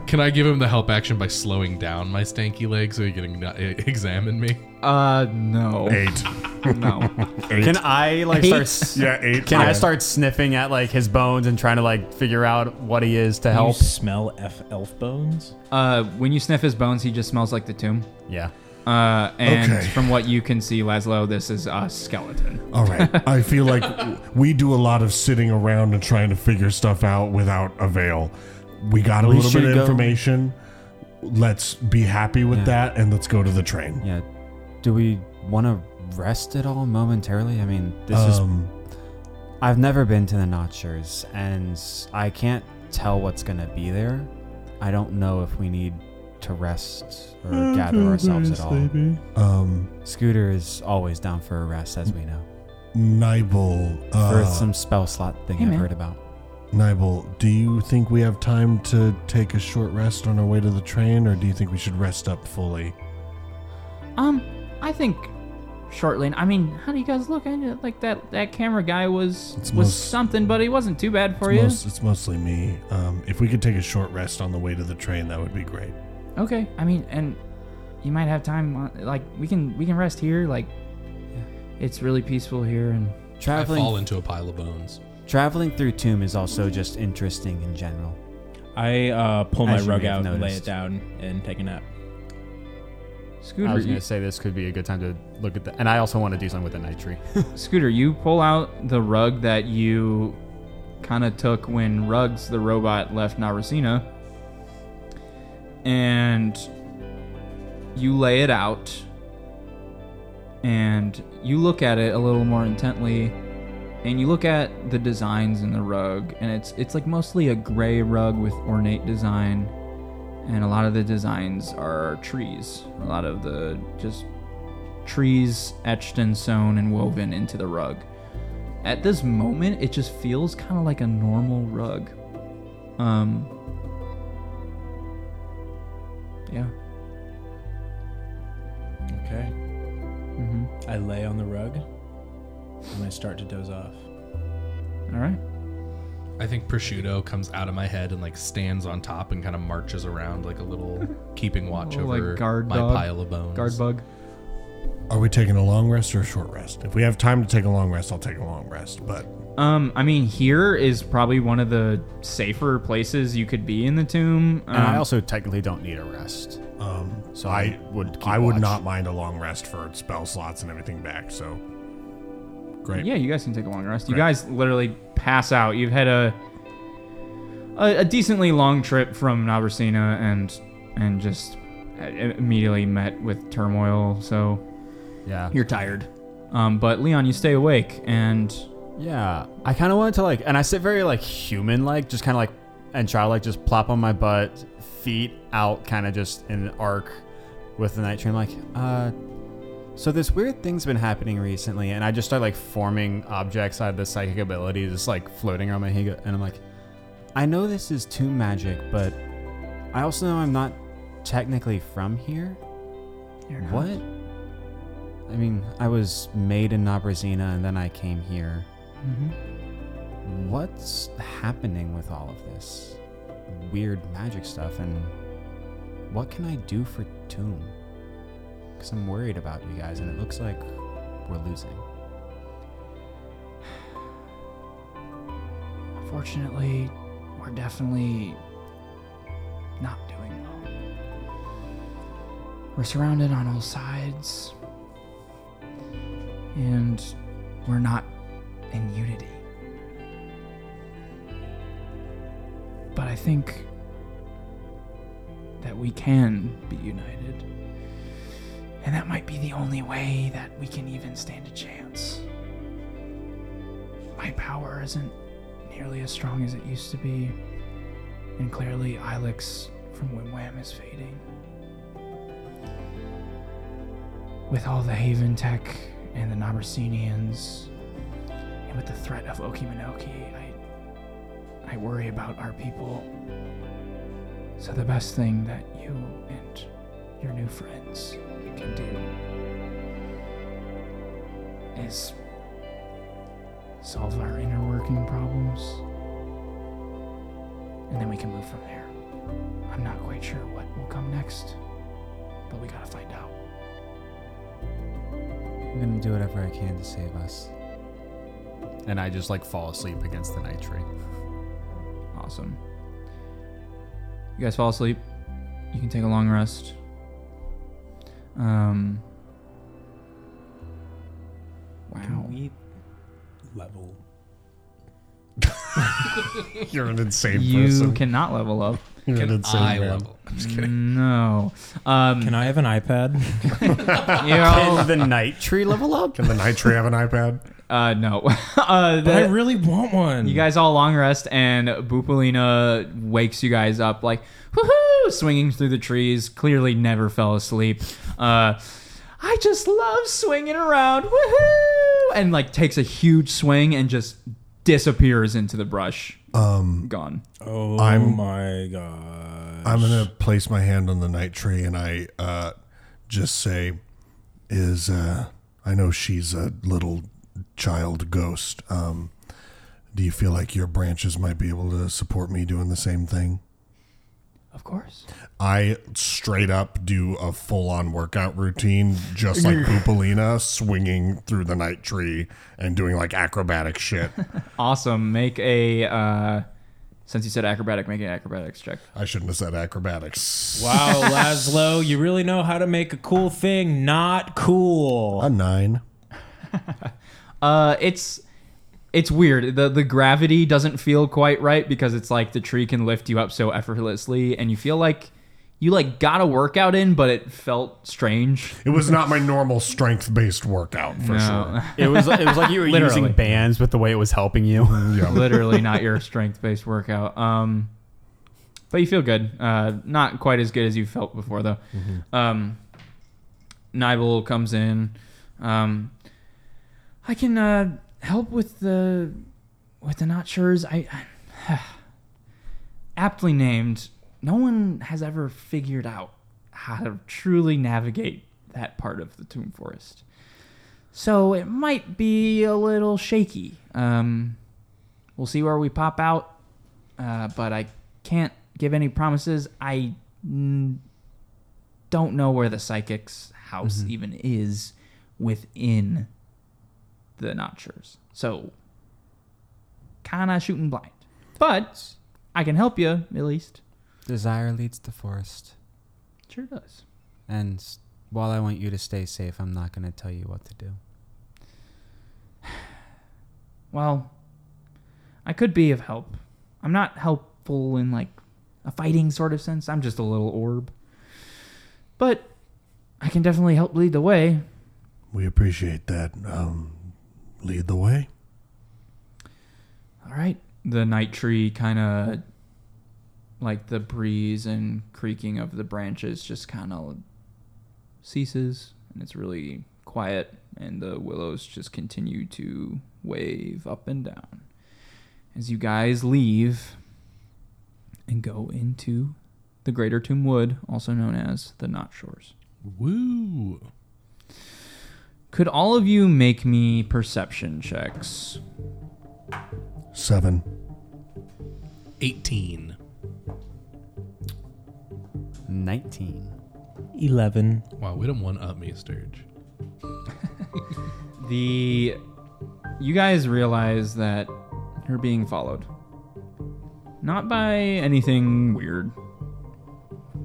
can I give him the help action by slowing down my stanky leg so he can uh, examine me? Uh, no, Eight. no. Can I like start? s- Yeah, eight. Can Yeah. I start sniffing at like his bones and trying to like figure out what he is to You help? smell F elf bones? Uh, when you sniff his bones, he just smells like the tomb. Yeah. Uh, and Okay. from what you can see, Laszlo, this is a skeleton. All right. I feel like we do a lot of sitting around and trying to figure stuff out without avail. We got a little bit should of go- information. Let's be happy with that and let's go to the train. Yeah. Do we want to rest at all momentarily? I mean, this is Um, I've never been to the Notchers, and I can't tell what's gonna be there. I don't know if we need to rest or gather ourselves at all. um, Scooter is always down for a rest, as we know. Nibel, For uh, some spell slot thing I've heard about. Nibel, do you think we have time to take a short rest on our way to the train, or do you think we should rest up fully? Um, I think shortly. I mean, how do you guys look? I like that that camera guy was It's was most- something, but he wasn't too bad for it's, you. most- it's mostly me. Um, if we could take a short rest on the way to the train, that would be great. Okay, I mean, and you might have time. On, like we can we can rest here. Like it's really peaceful here, and I Traveling fall into a pile of bones. traveling through tomb is also just interesting in general. I uh, pull my As you rug may have out, and lay noticed. it down, and take a nap. I Scooter, was going you, to say this could be a good time to look at that. And I also want to do something with the night tree. Scooter, you pull out the rug that you kind of took when Rugs the robot left Narusina, and you lay it out, and you look at it a little more intently, and you look at the designs in the rug, and it's it's like mostly a gray rug with ornate design, and a lot of the designs are trees. A lot of the just trees etched and sewn and woven into the rug. At this moment, it just feels kind of like a normal rug. Um. Yeah. Okay. Mm-hmm. I lay on the rug, and I start to doze off. All right. I think prosciutto comes out of my head and like stands on top and kind of marches around like a little keeping watch Little, like, over guard my dog. pile of bones. Guard bug. Are we taking a long rest or a short rest? If we have time to take a long rest, I'll take a long rest. But Um, I mean, here is probably one of the safer places you could be in the tomb. Um, and I also technically don't need a rest. um, So I I would keep I would watch. not mind a long rest for spell slots and everything back. So great. Yeah, you guys can take a long rest. You guys literally pass out. You've had a a, a decently long trip from Nabrasina and and just i- immediately met with turmoil. So Yeah. you're tired. Um, but Leon, you stay awake and Yeah, I kind of wanted to like, and I sit very like human like, just kind of like, and try to like just plop on my butt, feet out, kind of just in an arc with the night train. Like, Uh, so this weird thing's been happening recently, and I just start like forming objects out of the psychic ability, just like floating around my head, and I'm like, I know this is tomb magic, but I also know I'm not technically from here. What? I mean, I was made in Nabrazina and then I came here. What's happening with all of this weird magic stuff and what can I do for tomb? Cuz I'm worried about you guys and it looks like we're losing. Fortunately, we're definitely not doing well. We're surrounded on all sides, and we're not in unity. But I think that we can be united, and that might be the only way that we can even stand a chance. My power isn't nearly as strong as it used to be, and clearly Ilix from Wim Wham is fading. With all the Haven tech and the Nabrasinians, and with the threat of Okiminoki, I, I worry about our people. So the best thing that you and your new friends can do is solve our inner working problems, and then we can move from there. I'm not quite sure what will come next, but we gotta find out. I'm going to do whatever I can to save us. and I just like fall asleep against the night tree. Awesome. You guys fall asleep. You can take a long rest. Um. Wow. we level? You're an insane You person. cannot level up. You're an Can insane I man. level? I'm just kidding. No. Um, Can I have an iPad? you know- the night tree level up? Can the night tree have an iPad? uh, no. uh, but I the- really want one. You guys all long rest, and Bupolina wakes you guys up like, woohoo, swinging through the trees. Clearly never fell asleep. Uh, I just love swinging around, woohoo! And like takes a huge swing and just disappears into the brush. Um, Gone. Oh I'm- my god. I'm gonna place my hand on the night tree and I uh, just say, "Is uh, I know she's a little child ghost. Um, do you feel like your branches might be able to support me doing the same thing?" Of course. I straight up do a full on workout routine, just like Poopolina, swinging through the night tree and doing like acrobatic shit. Awesome. Make a. Uh, since you said acrobatic, make an acrobatics check. I shouldn't have said acrobatics. Wow, Laszlo, you really know how to make a cool thing not cool. A nine. Uh, it's it's weird. the The gravity doesn't feel quite right because it's like the tree can lift you up so effortlessly, and you feel like you like got a workout in, but it felt strange. It was not my normal strength based workout for No, It was it was like you were Literally. using bands with the way it was helping you. sure. Yeah. literally not your strength based workout. Um, but you feel good. Uh, not quite as good as you felt before though. Um, Nibel comes in. Um, I can uh, help with the with the not sure's. I, I aptly named. No one has ever figured out how to truly navigate that part of the tomb forest. So it might be a little shaky. Um, We'll see where we pop out, uh, but I can't give any promises. I n- don't know where the psychic's house even is within the Notchers. So, kind of shooting blind. But I can help you, at least. Desire leads the forest. Sure does. And s- while I want you to stay safe, I'm not going to tell you what to do. Well, I could be of help. I'm not helpful in like a fighting sort of sense. I'm just a little orb. But I can definitely help lead the way. We appreciate that. Um, lead the way. All right. The night tree kind of like the breeze and creaking of the branches just kind of ceases and it's really quiet and the willows just continue to wave up and down as you guys leave and go into the greater tomb wood also known as the knot shores Woo. could all of you make me perception checks Seven. 18. 19. 11. Wow, we don't one up me, Sturge. The you guys realize that you're being followed. Not by anything weird.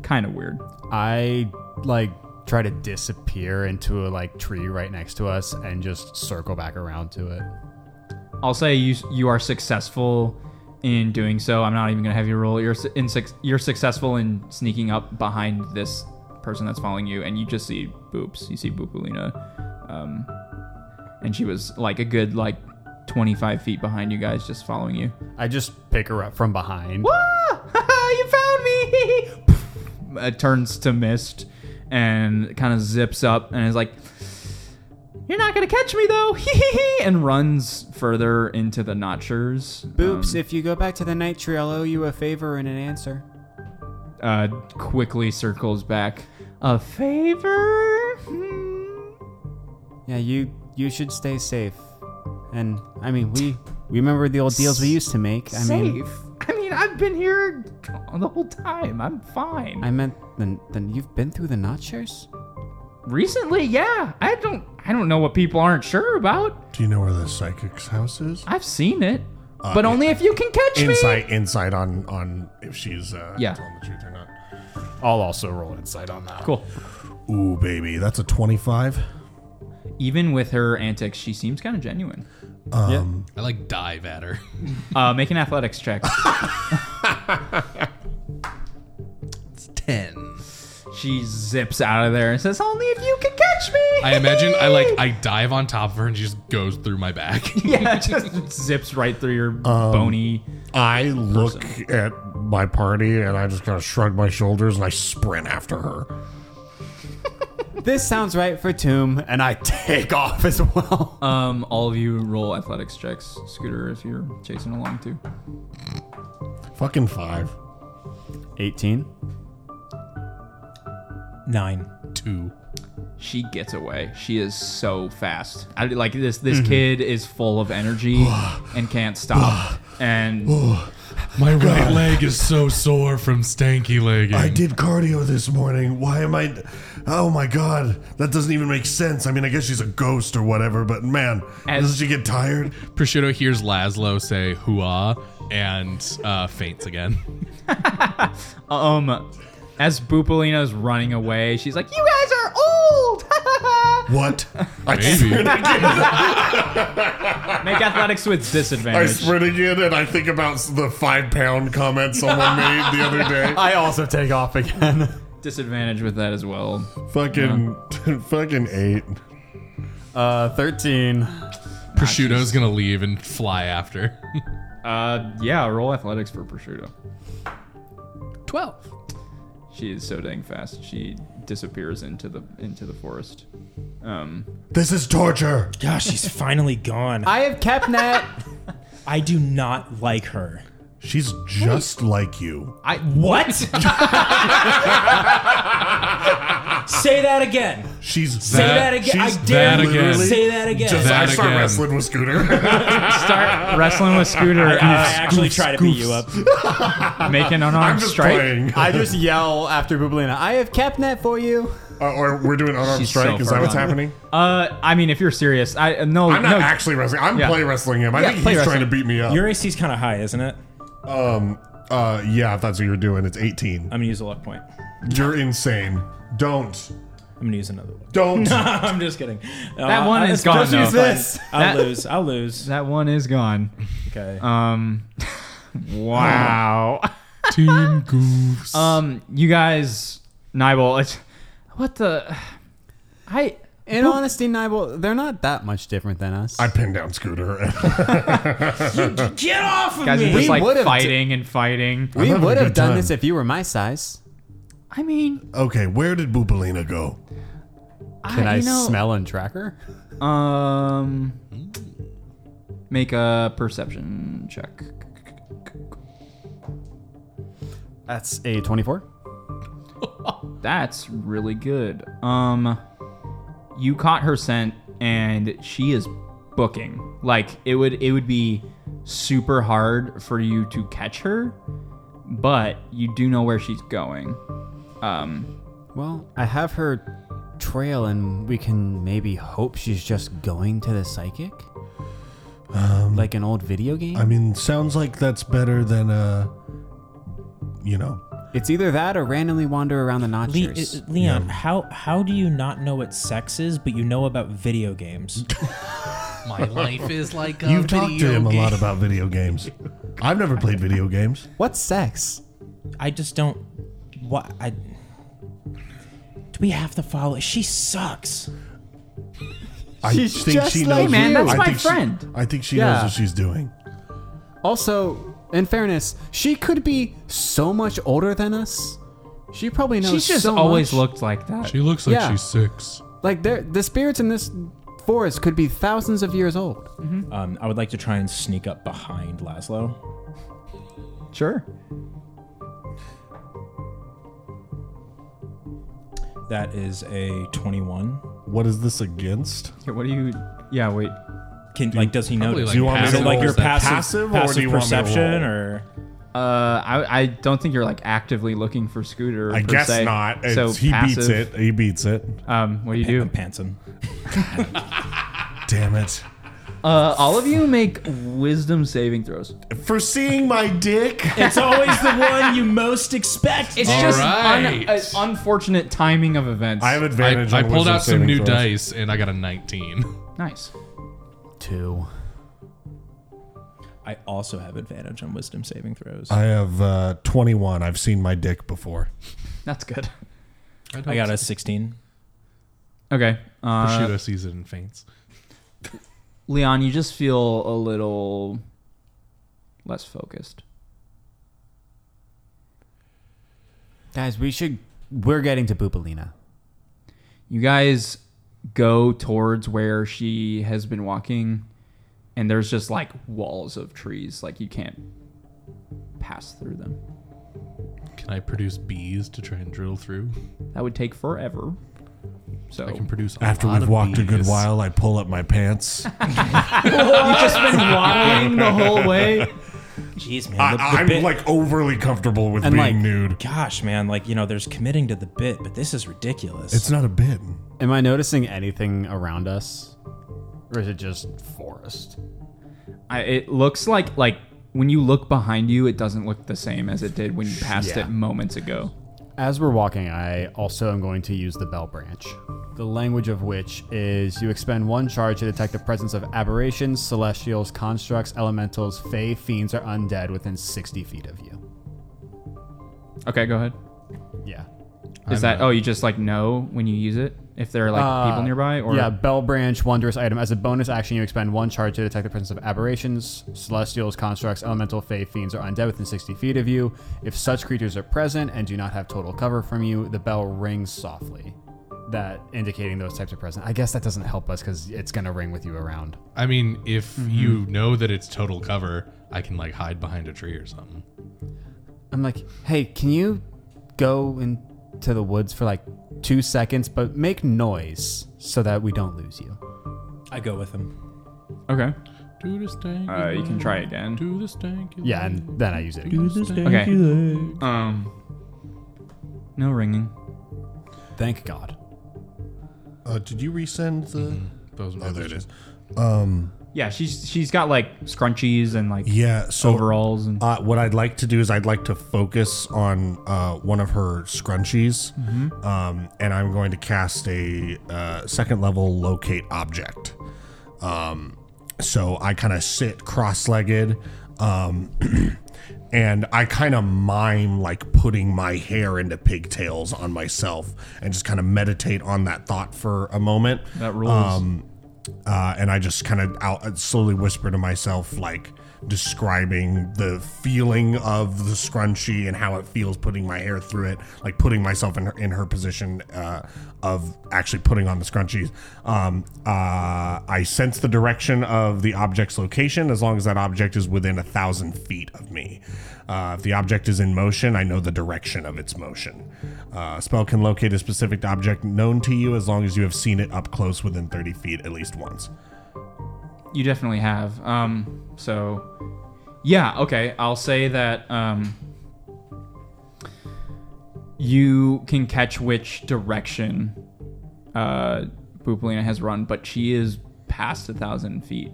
Kind of weird. I like try to disappear into a like tree right next to us and just circle back around to it. I'll say you you are successful in doing so. I'm not even gonna have you roll. You're su- in suc you're successful in sneaking up behind this person that's following you, and you just see Boops. You see Boopalina, um, and she was like a good like 25 feet behind you guys, just following you. I just pick her up from behind. you found Ah, me! it turns to mist and kind of zips up and is like, You're not going to catch me though! and runs further into the Notchers. Boops, Um, if you go back to the night tree, I'll owe you a favor and an answer. Uh, quickly circles back. A favor? Hmm. Yeah, you you should stay safe. And I mean, we we remember the old deals we used to make. I mean, Safe. I mean, I've been here the whole time. I'm fine. I meant then then you've been through the notchers. Recently, yeah. I don't. I don't know what people aren't sure about. Do you know where the psychic's house is? I've seen it, Uh, but only if you can catch me. Insight, insight on on if she's uh, Yeah. telling the truth or not. I'll also roll insight on that. Cool. Ooh, baby, that's a twenty-five. Even with her antics, she seems kind of genuine. I like dive at her. Uh, make an athletics check. It's 10. she zips out of there and says, "Only if you can catch me." I imagine I like I dive on top of her and she just goes through my back. yeah, it just zips right through your bony. I look at my party and I just kind of shrug my shoulders and I sprint after her. This sounds right for Tomb, and I take off as well. Um, all of you roll athletics checks, Scooter, if you're chasing along too. Fucking five. 18. 9. Two. She gets away. She is so fast. I, like this. This kid is full of energy and can't stop. and My right leg is so sore from stanky legging. I did cardio this morning. Why am I? Oh my god, that doesn't even make sense. I mean, I guess she's a ghost or whatever, but man, As- doesn't she get tired? Prosciutto hears Laszlo say "hooah" and uh, faints again. Um, as Bupolina's running away, she's like, "You guys are old." What? I Maybe. Make athletics with I disadvantage. sprint again, and I think about the five pound comment someone made the other day. I also take off again. disadvantage with that as well. Fucking, fucking eight. Uh, 13. Prosciutto's gonna leave and fly after. Uh, yeah, roll athletics for prosciutto. Twelve. She is so dang fast. She disappears into the into the forest. Um, This is torture. Gosh, she's finally gone. I I, have kept net. do not like her. She's just like you. I What? Say that again. She's Say that again. I she's dare that you. again. Say that again. Just That I start again. wrestling with Scooter. start wrestling with Scooter. I, I Uh, actually try to beat you up. make an unarmed I'm just strike. playing. I just yell after Bubalina, I have kept net for you. Uh, or we're doing unarmed She's strike. so is that far what's gone. happening? Uh, I mean, if you're serious, I uh, no, I'm not no, actually wrestling. I'm Yeah. play wrestling him. I Yeah, think he's play trying to wrestling. beat me up. Your AC's kind of high, isn't it? um. Uh. Yeah. If that's what you're doing, it's 18. I'm gonna use a luck point. You're insane. Don't. I'm gonna use another one. Don't. I'm just kidding. Uh, That one is gone, Just use though. this. I'll That- lose. I'll lose. that one is gone. Okay. Um, wow. Team Goose. Um, you guys, Nibel, it's, what the? I In honesty, Nibel, they're not that much different than us. I pinned down Scooter. Get off of guys are me! just like would've d- fighting and fighting. we having a would good have done time. this if you were my size. I mean, okay. Where did Bubalina go? Can I, you know, smell and track her? Um, make a perception check. That's a 24. That's really good. Um, you caught her scent, and she is booking. Like it would, it would be super hard for you to catch her, but you do know where she's going. Um, Well, I have her trail, and we can maybe hope she's just going to the psychic? like an old video game? I mean, sounds like that's better than uh, you know. it's either that or randomly wander around the Le- notchers. uh, Leon, how how do you not know what sex is, but you know about video games? My life is like a You've talked to him a lot about video games. I've never played video games. What's sex? I just don't. What I do we have to follow? She sucks. I She's think just she knows. like what- man, that's I my think she- friend. I think she knows Yeah. what she's doing. Also, in fairness, she could be so much older than us. She probably knows. she's just so always much. looked like that. She looks like Yeah. she's six. like there. The spirits in this forest could be thousands of years old. Um, I would like to try and sneak up behind Laszlo. Sure. That is a twenty-one. What is this against? Yeah, what do you? Yeah, wait. Can like does he probably notice? like Do you want me is passive it like your rolls that- passive Passive or passive do you want me to perception roll? or? Uh, I, I don't think you're like actively looking for Scooter. I per guess se. not. It's, so he passive. beats it. He beats it. Um, what do you I'm do? pantsing. Damn it. Uh, all of you make wisdom saving throws. For seeing my dick. It's always the one you most expect. It's All just un- right. uh, unfortunate timing of events. I have I, advantage. I on pulled wisdom out some saving new throws. dice and I got a 19. nice. Two. I also have advantage on wisdom saving throws. I have uh, 21. I've seen my dick before. That's good. I got a sixteen. Okay. Uh, Prosciutto sees it and faints. Leon, you just feel a little less focused. Guys, we should. We're getting to Bubalina. You guys go towards where she has been walking, and there's just like walls of trees. Like you can't pass through them. Can I produce bees to try and drill through? That would take forever. So I can produce a After lot we've of walked a good bees. while, I pull up my pants. you've just been waddling the whole way. Jeez, man. I, the- the I'm bit- like overly comfortable with And, being like- nude. gosh, man. Like you know, there's committing to the bit, but this is ridiculous. It's not a bit. Am I noticing anything around us, or is it just forest? I, it looks like like when you look behind you, it doesn't look the same as it did when you passed Yeah. it moments ago. As we're walking, I also am going to use the bell branch. The language of which is you expend one charge to detect the presence of aberrations, celestials, constructs, elementals, fey, fiends, or undead within 60 feet of you. Okay, go ahead. Yeah. Is that oh you just like know when you use it if there are like people Uh, nearby or yeah, bell branch, wondrous item. As a bonus action, you expend one charge to detect the presence of aberrations, celestials, constructs, elemental, fey, fiends, or undead within 60 feet of you. If such creatures are present and do not have total cover from you, the bell rings softly, that indicating those types are present. I guess that doesn't help us because it's gonna ring with you around. I mean, if Mm-hmm. you know that it's total cover, I can like hide behind a tree or something. I'm like, hey, can you go into the woods for like two seconds, but make noise so that we don't lose you? I go with him. okay Do this thing. uh, you can try again. Do this thing. Yeah, and then I use it again. Okay. Um. No ringing. Thank God. Uh, did you resend the? Oh, there it is. Yeah, she's she's got like scrunchies and like Yeah. So overalls and Uh, what I'd like to do is I'd like to focus on uh, one of her scrunchies, um, and I'm going to cast a uh, second level locate object. Um, so I kind of sit cross-legged, um, and I kind of mime like putting my hair into pigtails on myself, and just kind of meditate on that thought for a moment. that rules. um, Uh, and I just kind of out uh, slowly whisper to myself, like describing the feeling of the scrunchie and how it feels putting my hair through it, like putting myself in her, in her position uh, of actually putting on the scrunchies. Um, uh, I sense the direction of the object's location as long as that object is within a thousand feet of me. Uh, if the object is in motion, I know the direction of its motion. Uh, spell can locate a specific object known to you as long as you have seen it up close within 30 feet at least once. You definitely have. Um, so, yeah, okay. I'll say that um, you can catch which direction uh, Bupolina has run, but she is past a thousand feet.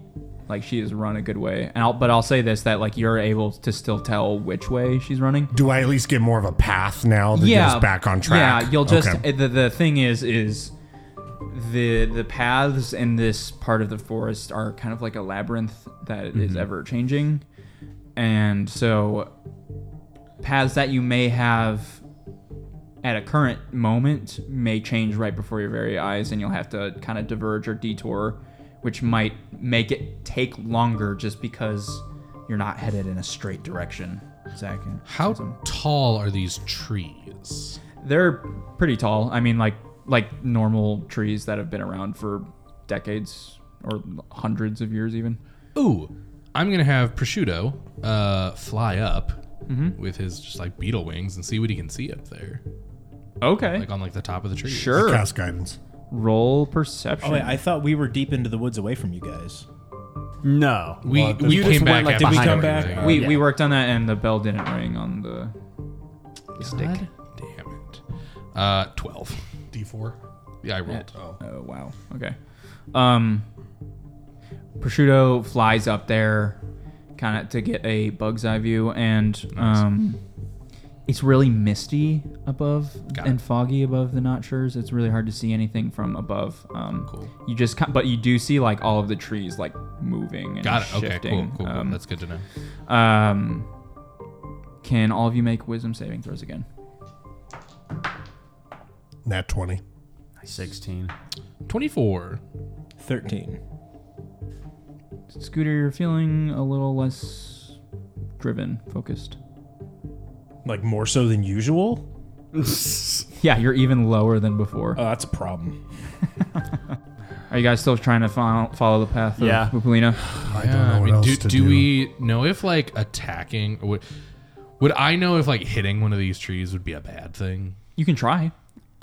Like she has run a good way, and I'll, but I'll say this: that like you're able to still tell which way she's running. Do I at least get more of a path now that gets back on track? Yeah, you'll just Okay. the, the thing is is the the paths in this part of the forest are kind of like a labyrinth that is Mm-hmm. ever changing. And so paths that you may have at a current moment may change right before your very eyes and you'll have to kind of diverge or detour which might make it take longer just because you're not headed in a straight direction. Zach and How Susan. tall are these trees? They're pretty tall. I mean, like like normal trees that have been around for decades or hundreds of years, even. Ooh, I'm gonna have prosciutto uh, fly up Mm-hmm. with his just like beetle wings and see what he can see up there, Okay, like on like the top of the tree. sure. cast guidance. Roll perception. Oh wait, I thought we were deep into the woods away from you guys. No. We Well, we you came just back. went, like, after behind the Did we come everything. back? we yeah. we worked on that, and the bell didn't ring on the. God Damn it. Uh, twelve. D four. Yeah, I rolled. Oh wow. Okay. Um. Prosciutto flies up there, kind of to get a bug's eye view, and um, it's really misty above Got and it. foggy above the notchers. It's really hard to see anything from above. Um, Cool. You just, ca- but you do see like all of the trees like moving and Got it. shifting. Okay. Cool. Cool. cool. Um, That's good to know. um, can all of you make wisdom saving throws again? Nat 20. 16. Twenty four. Thirteen. Scooter, you're feeling a little less driven, focused. Like more so than usual. Yeah, you're even lower than before. Uh, Oh, that's a problem. Are you guys still trying to follow, follow the path of Yeah. Bupolina? I don't know what else do, to do do. we know if like attacking would would I know if like hitting one of these trees would be a bad thing? You can try.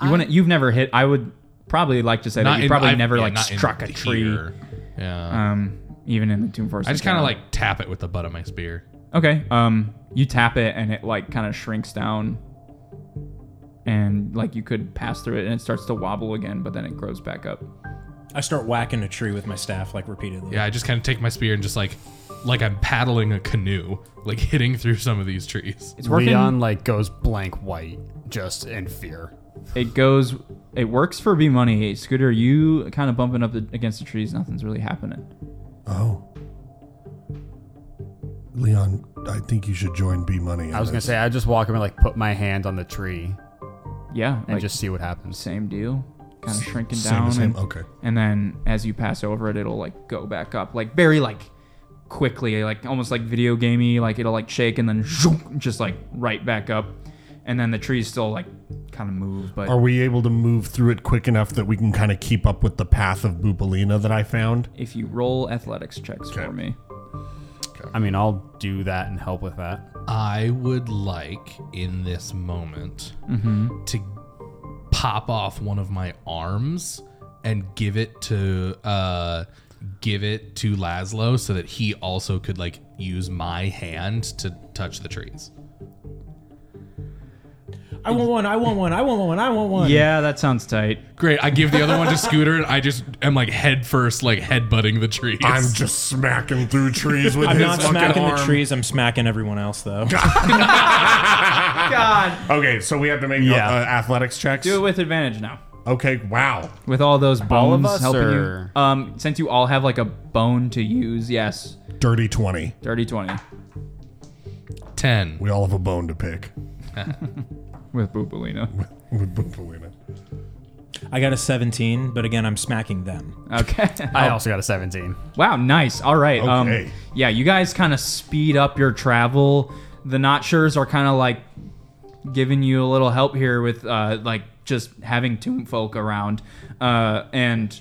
You wouldn't. You've never hit. I would probably like to say that you in- probably I've- never yeah, like not in struck a tree, Uh, here. Yeah. um, even in the Tomb Forest. I just kind of like tap it with the butt of my spear. Okay. Um, you tap it and it like kind of shrinks down, and like you could pass through it and it starts to wobble again, but then it grows back up. I start whacking a tree with my staff like repeatedly. Yeah, I just kind of take my spear and just like, like I'm paddling a canoe, like hitting through some of these trees. It's working. Leon like goes blank white, just in fear. It goes. It works for B money. Scooter, you kind of bumping up the, against the trees. Nothing's really happening. Oh. Leon, I think you should join B Money. Uh, I was gonna say I just walk him and like put my hand on the tree Yeah. and like, just see what happens. same deal. Kind of shrinking same, down. same. and- Okay. and then as you pass over it it'll like go back up like very like quickly like almost like video gamey like it'll like shake and then zoom, just like right back up and then the trees still like kind of move but Are we able to move through it quick enough that we can kind of keep up with the path of Bupalina that I found? if you roll athletics checks Okay. for me I mean, I'll do that and help with that. I would like in this moment to pop off one of my arms and give it to uh give it to Laszlo so that he also could like use my hand to touch the trees. I want one. I want one. I want one. I want one. yeah that sounds tight Great. I give the other one to Scooter and I just am like head first like headbutting the trees. I'm just smacking through trees with I'm his not fucking smacking arm. the trees. I'm smacking everyone else though. god Okay, so we have to make Yeah. uh, athletics checks. do it with advantage now Okay, wow. with all those bones All of us, helping or- you um since you all have like a bone to use yes Dirty 20. dirty 20 10. We all have a bone to pick with Boobalina. with Bupalina. I got a 17, but again, I'm smacking them. Okay. I also got a 17. Wow, nice. All right. Um, Okay. yeah, you guys kind of speed up your travel. The Notchers are kind of like giving you a little help here with uh, like just having tomb folk around, uh, and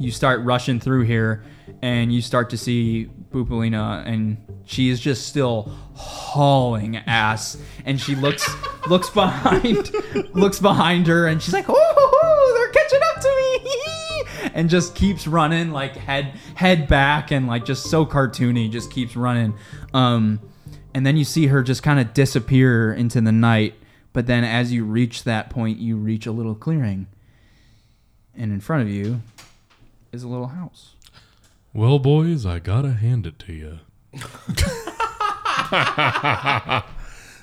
you start rushing through here, and you start to see Pupalina, and she is just still hauling ass, and she looks looks behind looks behind her, and she's like, "Oh, they're catching up to me!" and just keeps running like head head back, and like just so cartoony, just keeps running. Um, and then you see her just kind of disappear into the night. But then, as you reach that point, you reach a little clearing, and in front of you is a little house. Well, boys, I gotta hand it to you.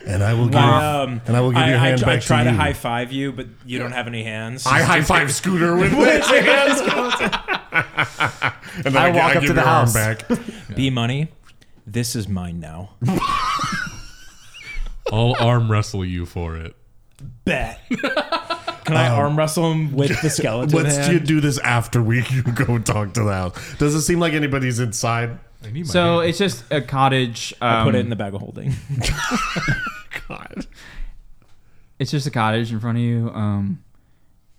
And I will give, Um, and I will give I, your I hand tr- I back try to, to you. high five you, but you don't have any hands. I high five Scooter with which hands? and then I gi- walk up give to the your arm house. back. B money. This is mine now. I'll arm wrestle you for it. Bet. Can I arm wrestle him with the skeleton Let's hand? you do this after we go talk to the house. Does it seem like anybody's inside? I need my So hand. it's just a cottage. Um, Put it in the bag of holding. God. It's just a cottage in front of you. Um,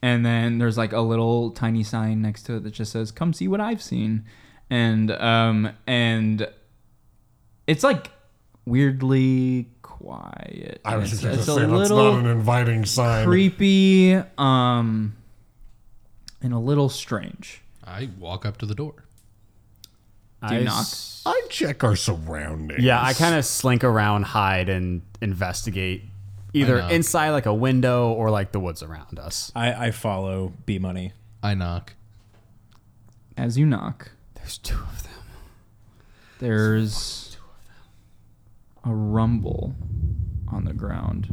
and then there's like a little tiny sign next to it that just says, "Come see what I've seen," and um, and it's like weirdly quiet. I was It's- just going to it's say, that's not an inviting sign. creepy um and a little strange I walk up to the door. Do knock? I check our surroundings. Yeah, I kind of slink around, hide, and investigate either knock. inside like a window or like the woods around us. I, I follow B money. I knock. as you knock There's two of them. there's a rumble on the ground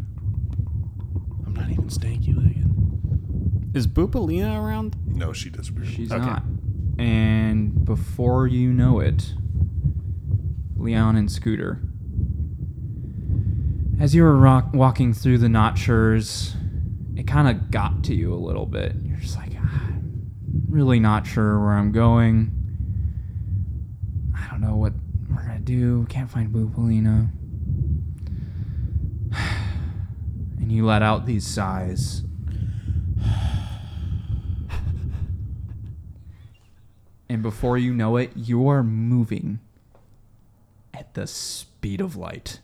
I'm not even stanky legged. Is Bupalina around? No, she disappeared. she's not and before you know it leon and scooter as you were rock- walking through the notchers it kind of got to you a little bit you're just like "Ah, really not sure where i'm going I don't know what we're gonna do. Can't find Bupolina. And you let out these sighs. And before you know it, you are moving at the speed of light.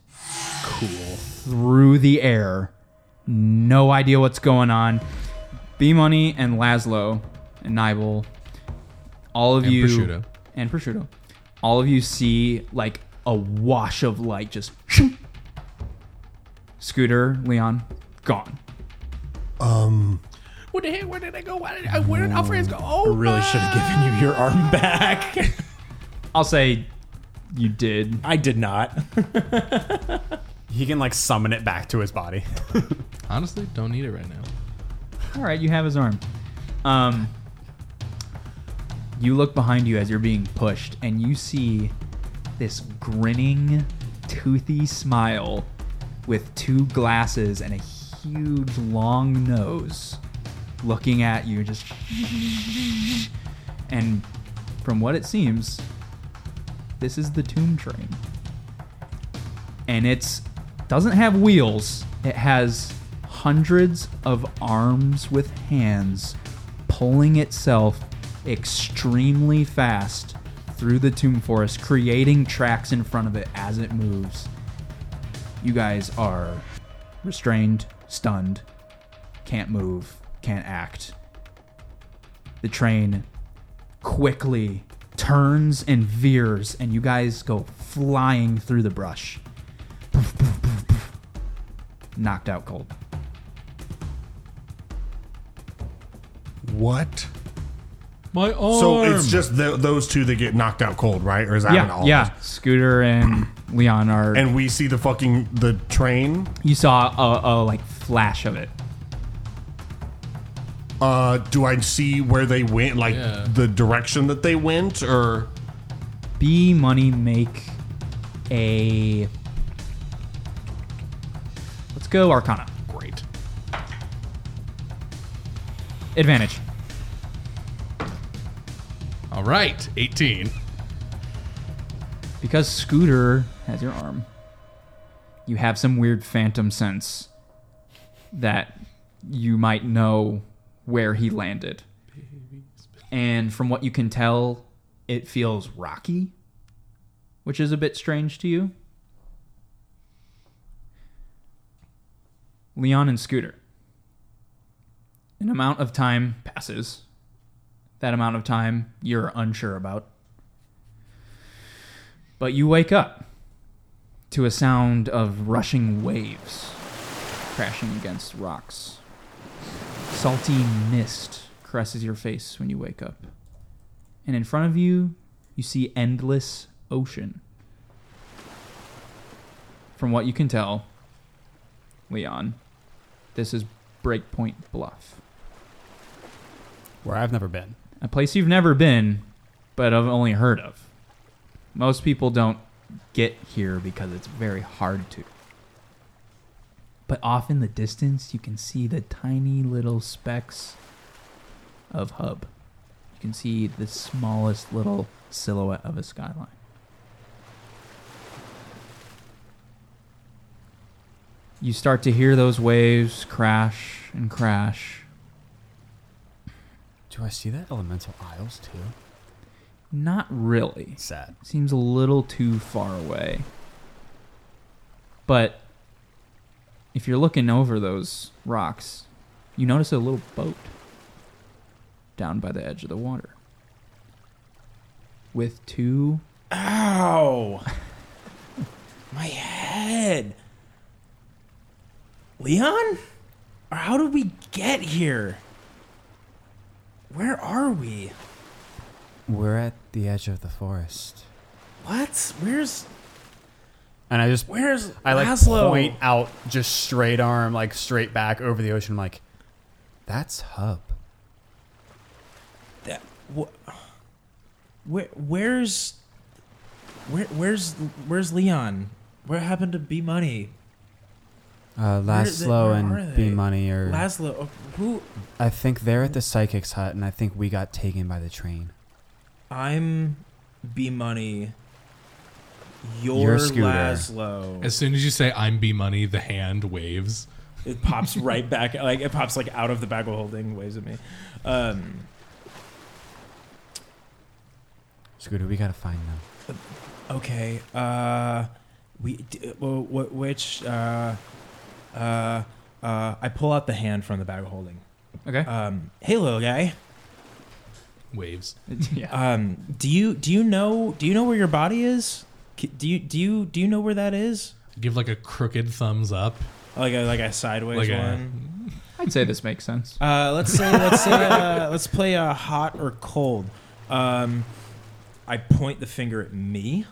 Cool. Through the air. No idea what's going on. B Money and Laszlo and Nibel, all of And you prosciutto. and prosciutto all of you see like a wash of light just scooter leon gone What the heck? Where did I go? Why did I, where did Alfred's go? Oh, I really should have given you your arm back. i'll say you did I did not. He can like summon it back to his body. Honestly, don't need it right now. All right, you have his arm. Um, you look behind you as you're being pushed, and you see this grinning, toothy smile with two glasses and a huge, long nose looking at you, just. And from what it seems, this is the tomb train. And it's doesn't have wheels. It has hundreds of arms with hands pulling itself extremely fast through the tomb forest, creating tracks in front of it as it moves. You guys are restrained, stunned, can't move, can't act. The train quickly turns and veers, and you guys go flying through the brush. Poof, poof, poof, poof. Knocked out cold. What? My arm. So it's just th those two that get knocked out cold, right? Or is that an Yeah, all? yeah. Scooter and Leon are. And we see the fucking the train. you saw a, a like flash of it. Uh, do I see where they went? Like Yeah. the direction that they went, or B money make a. Let's go Arcana. great. Advantage. All right, 18. Because Scooter has your arm, you have some weird phantom sense that you might know where he landed. And from what you can tell, it feels rocky, which is a bit strange to you. Leon and Scooter. An amount of time passes. That amount of time you're unsure about. But you wake up to a sound of rushing waves crashing against rocks. Salty mist caresses your face when you wake up. And in front of you, you see endless ocean. From what you can tell, Leon, this is Breakpoint Bluff. Where I've never been. A place you've never been, but I've only heard of. Most people don't get here because it's very hard to. But off in the distance, you can see the tiny little specks of hub. You can see the smallest little silhouette of a skyline. You start to hear those waves crash and crash Do I see that elemental isles too? Not really. Sad. Seems a little too far away. But if you're looking over those rocks, you notice a little boat down by the edge of the water with two Ow! My head. Leon? Or How did we get here? Where are we? We're at the edge of the forest. What? Where's And I just where's I like Laszlo? point out just straight arm, like straight back over the ocean. I'm like, That's Hub. That- wh- where where's where where's where's Leon? Where happened to B Money? Uh, Where is it? Laszlo Where are and they? B Money are. Laszlo, oh, who? I think they're at the psychic's hut, and I think we got taken by the train. I'm B Money. You're, You're Scooter. Laszlo. As soon as you say I'm B Money, the hand waves. It pops right back, like it pops like out of the bag while holding, waves at me. Um, Scooter, we gotta find them. okay, uh, we, d- w- w- which, uh, uh, uh, I pull out the hand from the bag of holding. Okay. Um, hey, little guy. Waves. yeah. Um, do you do you know do you know where your body is? C- Do you do you do you know where that is? Give like a crooked thumbs up. Like a like a sideways Like a- one. I'd say this makes sense. Uh, let's say let's say uh, let's play uh, hot or cold. Um, I point the finger at me.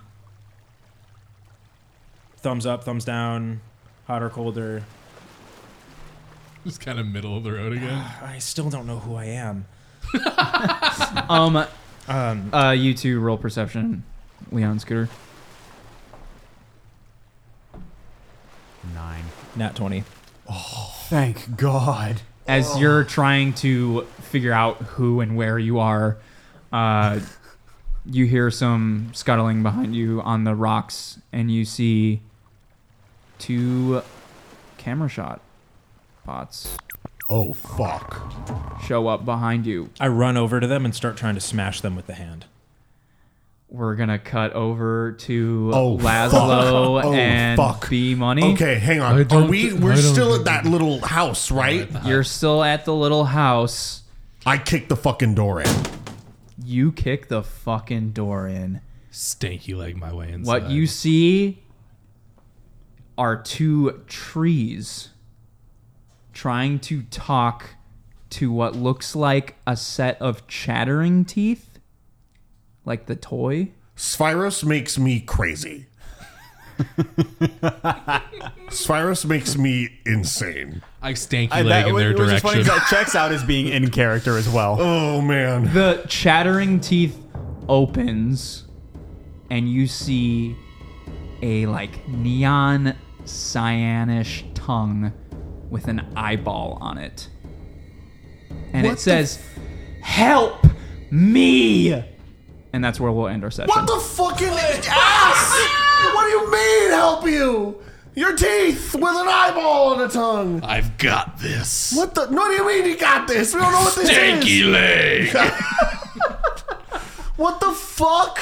Thumbs up, thumbs down, hot or colder. Just kind of middle of the road again. Ah, I still don't know who I am. Um, Um, uh, you two roll perception, Leon Scooter. Nine. nat twenty. Thank God. As Oh. you're trying to figure out who and where you are, uh, you hear some scuttling behind you on the rocks, and you see two camera shot bots Oh fuck! show up behind you. I run over to them and start trying to smash them with the hand. We're gonna cut over to Oh, Laszlo fuck. Oh, and fuck. B Money. Okay, hang I on. Are don't we? thi- I We're don't still at think- that little house, right? You're still at the little house. I kicked the fucking door in. You kick the fucking door in. Stanky leg my way inside. What you see are two trees trying to talk to what looks like a set of chattering teeth, like the toy. Spyros makes me crazy. Spyros makes me insane. I stanky leg in their direction. that checks out as being in character as well. Oh man. The chattering teeth opens, and you see a like neon cyanish tongue with an eyeball on it. And it says, Help me! And that's where we'll end our session. What the fucking ass? What do you mean help you? Your teeth with an eyeball and a tongue. I've got this. What the? What do you mean you got this? We don't know what this Stanky is. leg. What the fuck?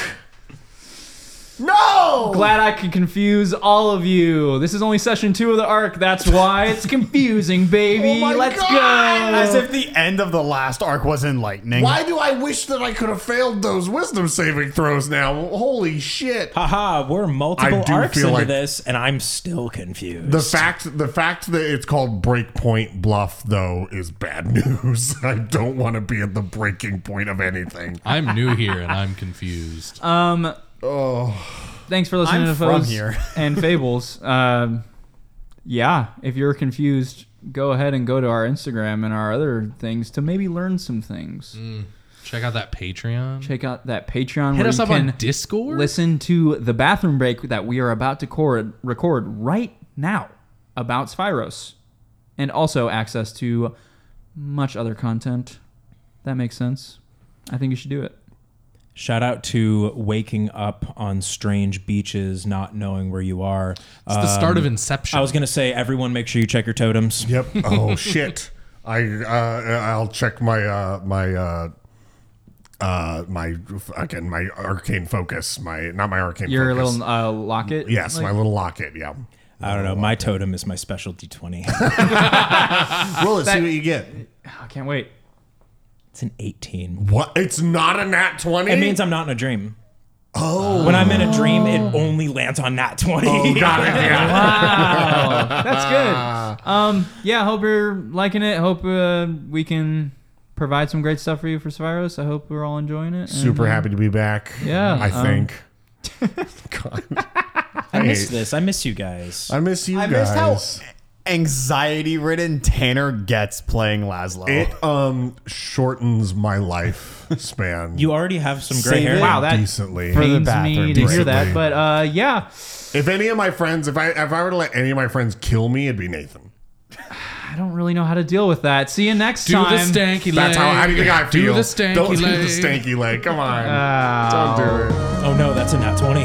No. Glad I could confuse all of you. This is only session two of the arc. That's why it's confusing, baby. Oh my Let's God! go. As if the end of the last arc was enlightening. Why do I wish that I could have failed those wisdom saving throws? Now, holy shit. Haha, we're multiple I do arcs feel into like- this, and I'm still confused. The fact the fact that it's called breakpoint bluff though is bad news. I don't want to be at the breaking point of anything. I'm new here and I'm confused. Um. Oh. Thanks for listening I'm to from Foes here. and Fables. Um, yeah, if you're confused, go ahead and go to our Instagram and our other things to maybe learn some things. Check out that Patreon. Check out that Patreon Mm. Hit where us you up can on Discord. listen to the bathroom break that we are about to cord- record right now about Spyros, and also access to much other content. That makes sense. I think you should do it. Shout out to waking up on strange beaches, not knowing where you are. It's Uh, the start of Inception. I was gonna say, everyone, make sure you check your totems. Yep. Oh shit. I uh, I'll check my uh, my uh, uh, my again my arcane focus. My not my arcane. Your focus. little uh, locket. yes, like- my little locket. Yeah. I don't know. My totem is my special d20. Roll it. see what you get. I can't wait. it's an 18. What? It's not a nat twenty. It means I'm not in a dream. Oh. When I'm in a dream, it only lands on nat 20. got it. Yeah. That's Ah. good. Um, yeah, hope you're liking it. Hope uh, we can provide some great stuff for you for Spyros. I hope we're all enjoying it. and- Super happy to be back. Mm-hmm. Yeah, I um, think. God. I miss this. I miss you guys. I miss you I guys. missed how anxiety ridden Tanner gets playing Laszlo. It um shortens my lifespan. you already have some gray Save hair. it. Wow, that decently. For the pains bathroom me to hear break. that. But uh, yeah, If any of my friends, if I if I were to let any of my friends kill me, it'd be Nathan. I don't really know how to deal with that. See you next Do time. the stanky leg. That's how I think I feel. Do the stanky Don't do leg. Ah. the stanky leg. Come on. Don't do it. Oh no, that's a nat 20.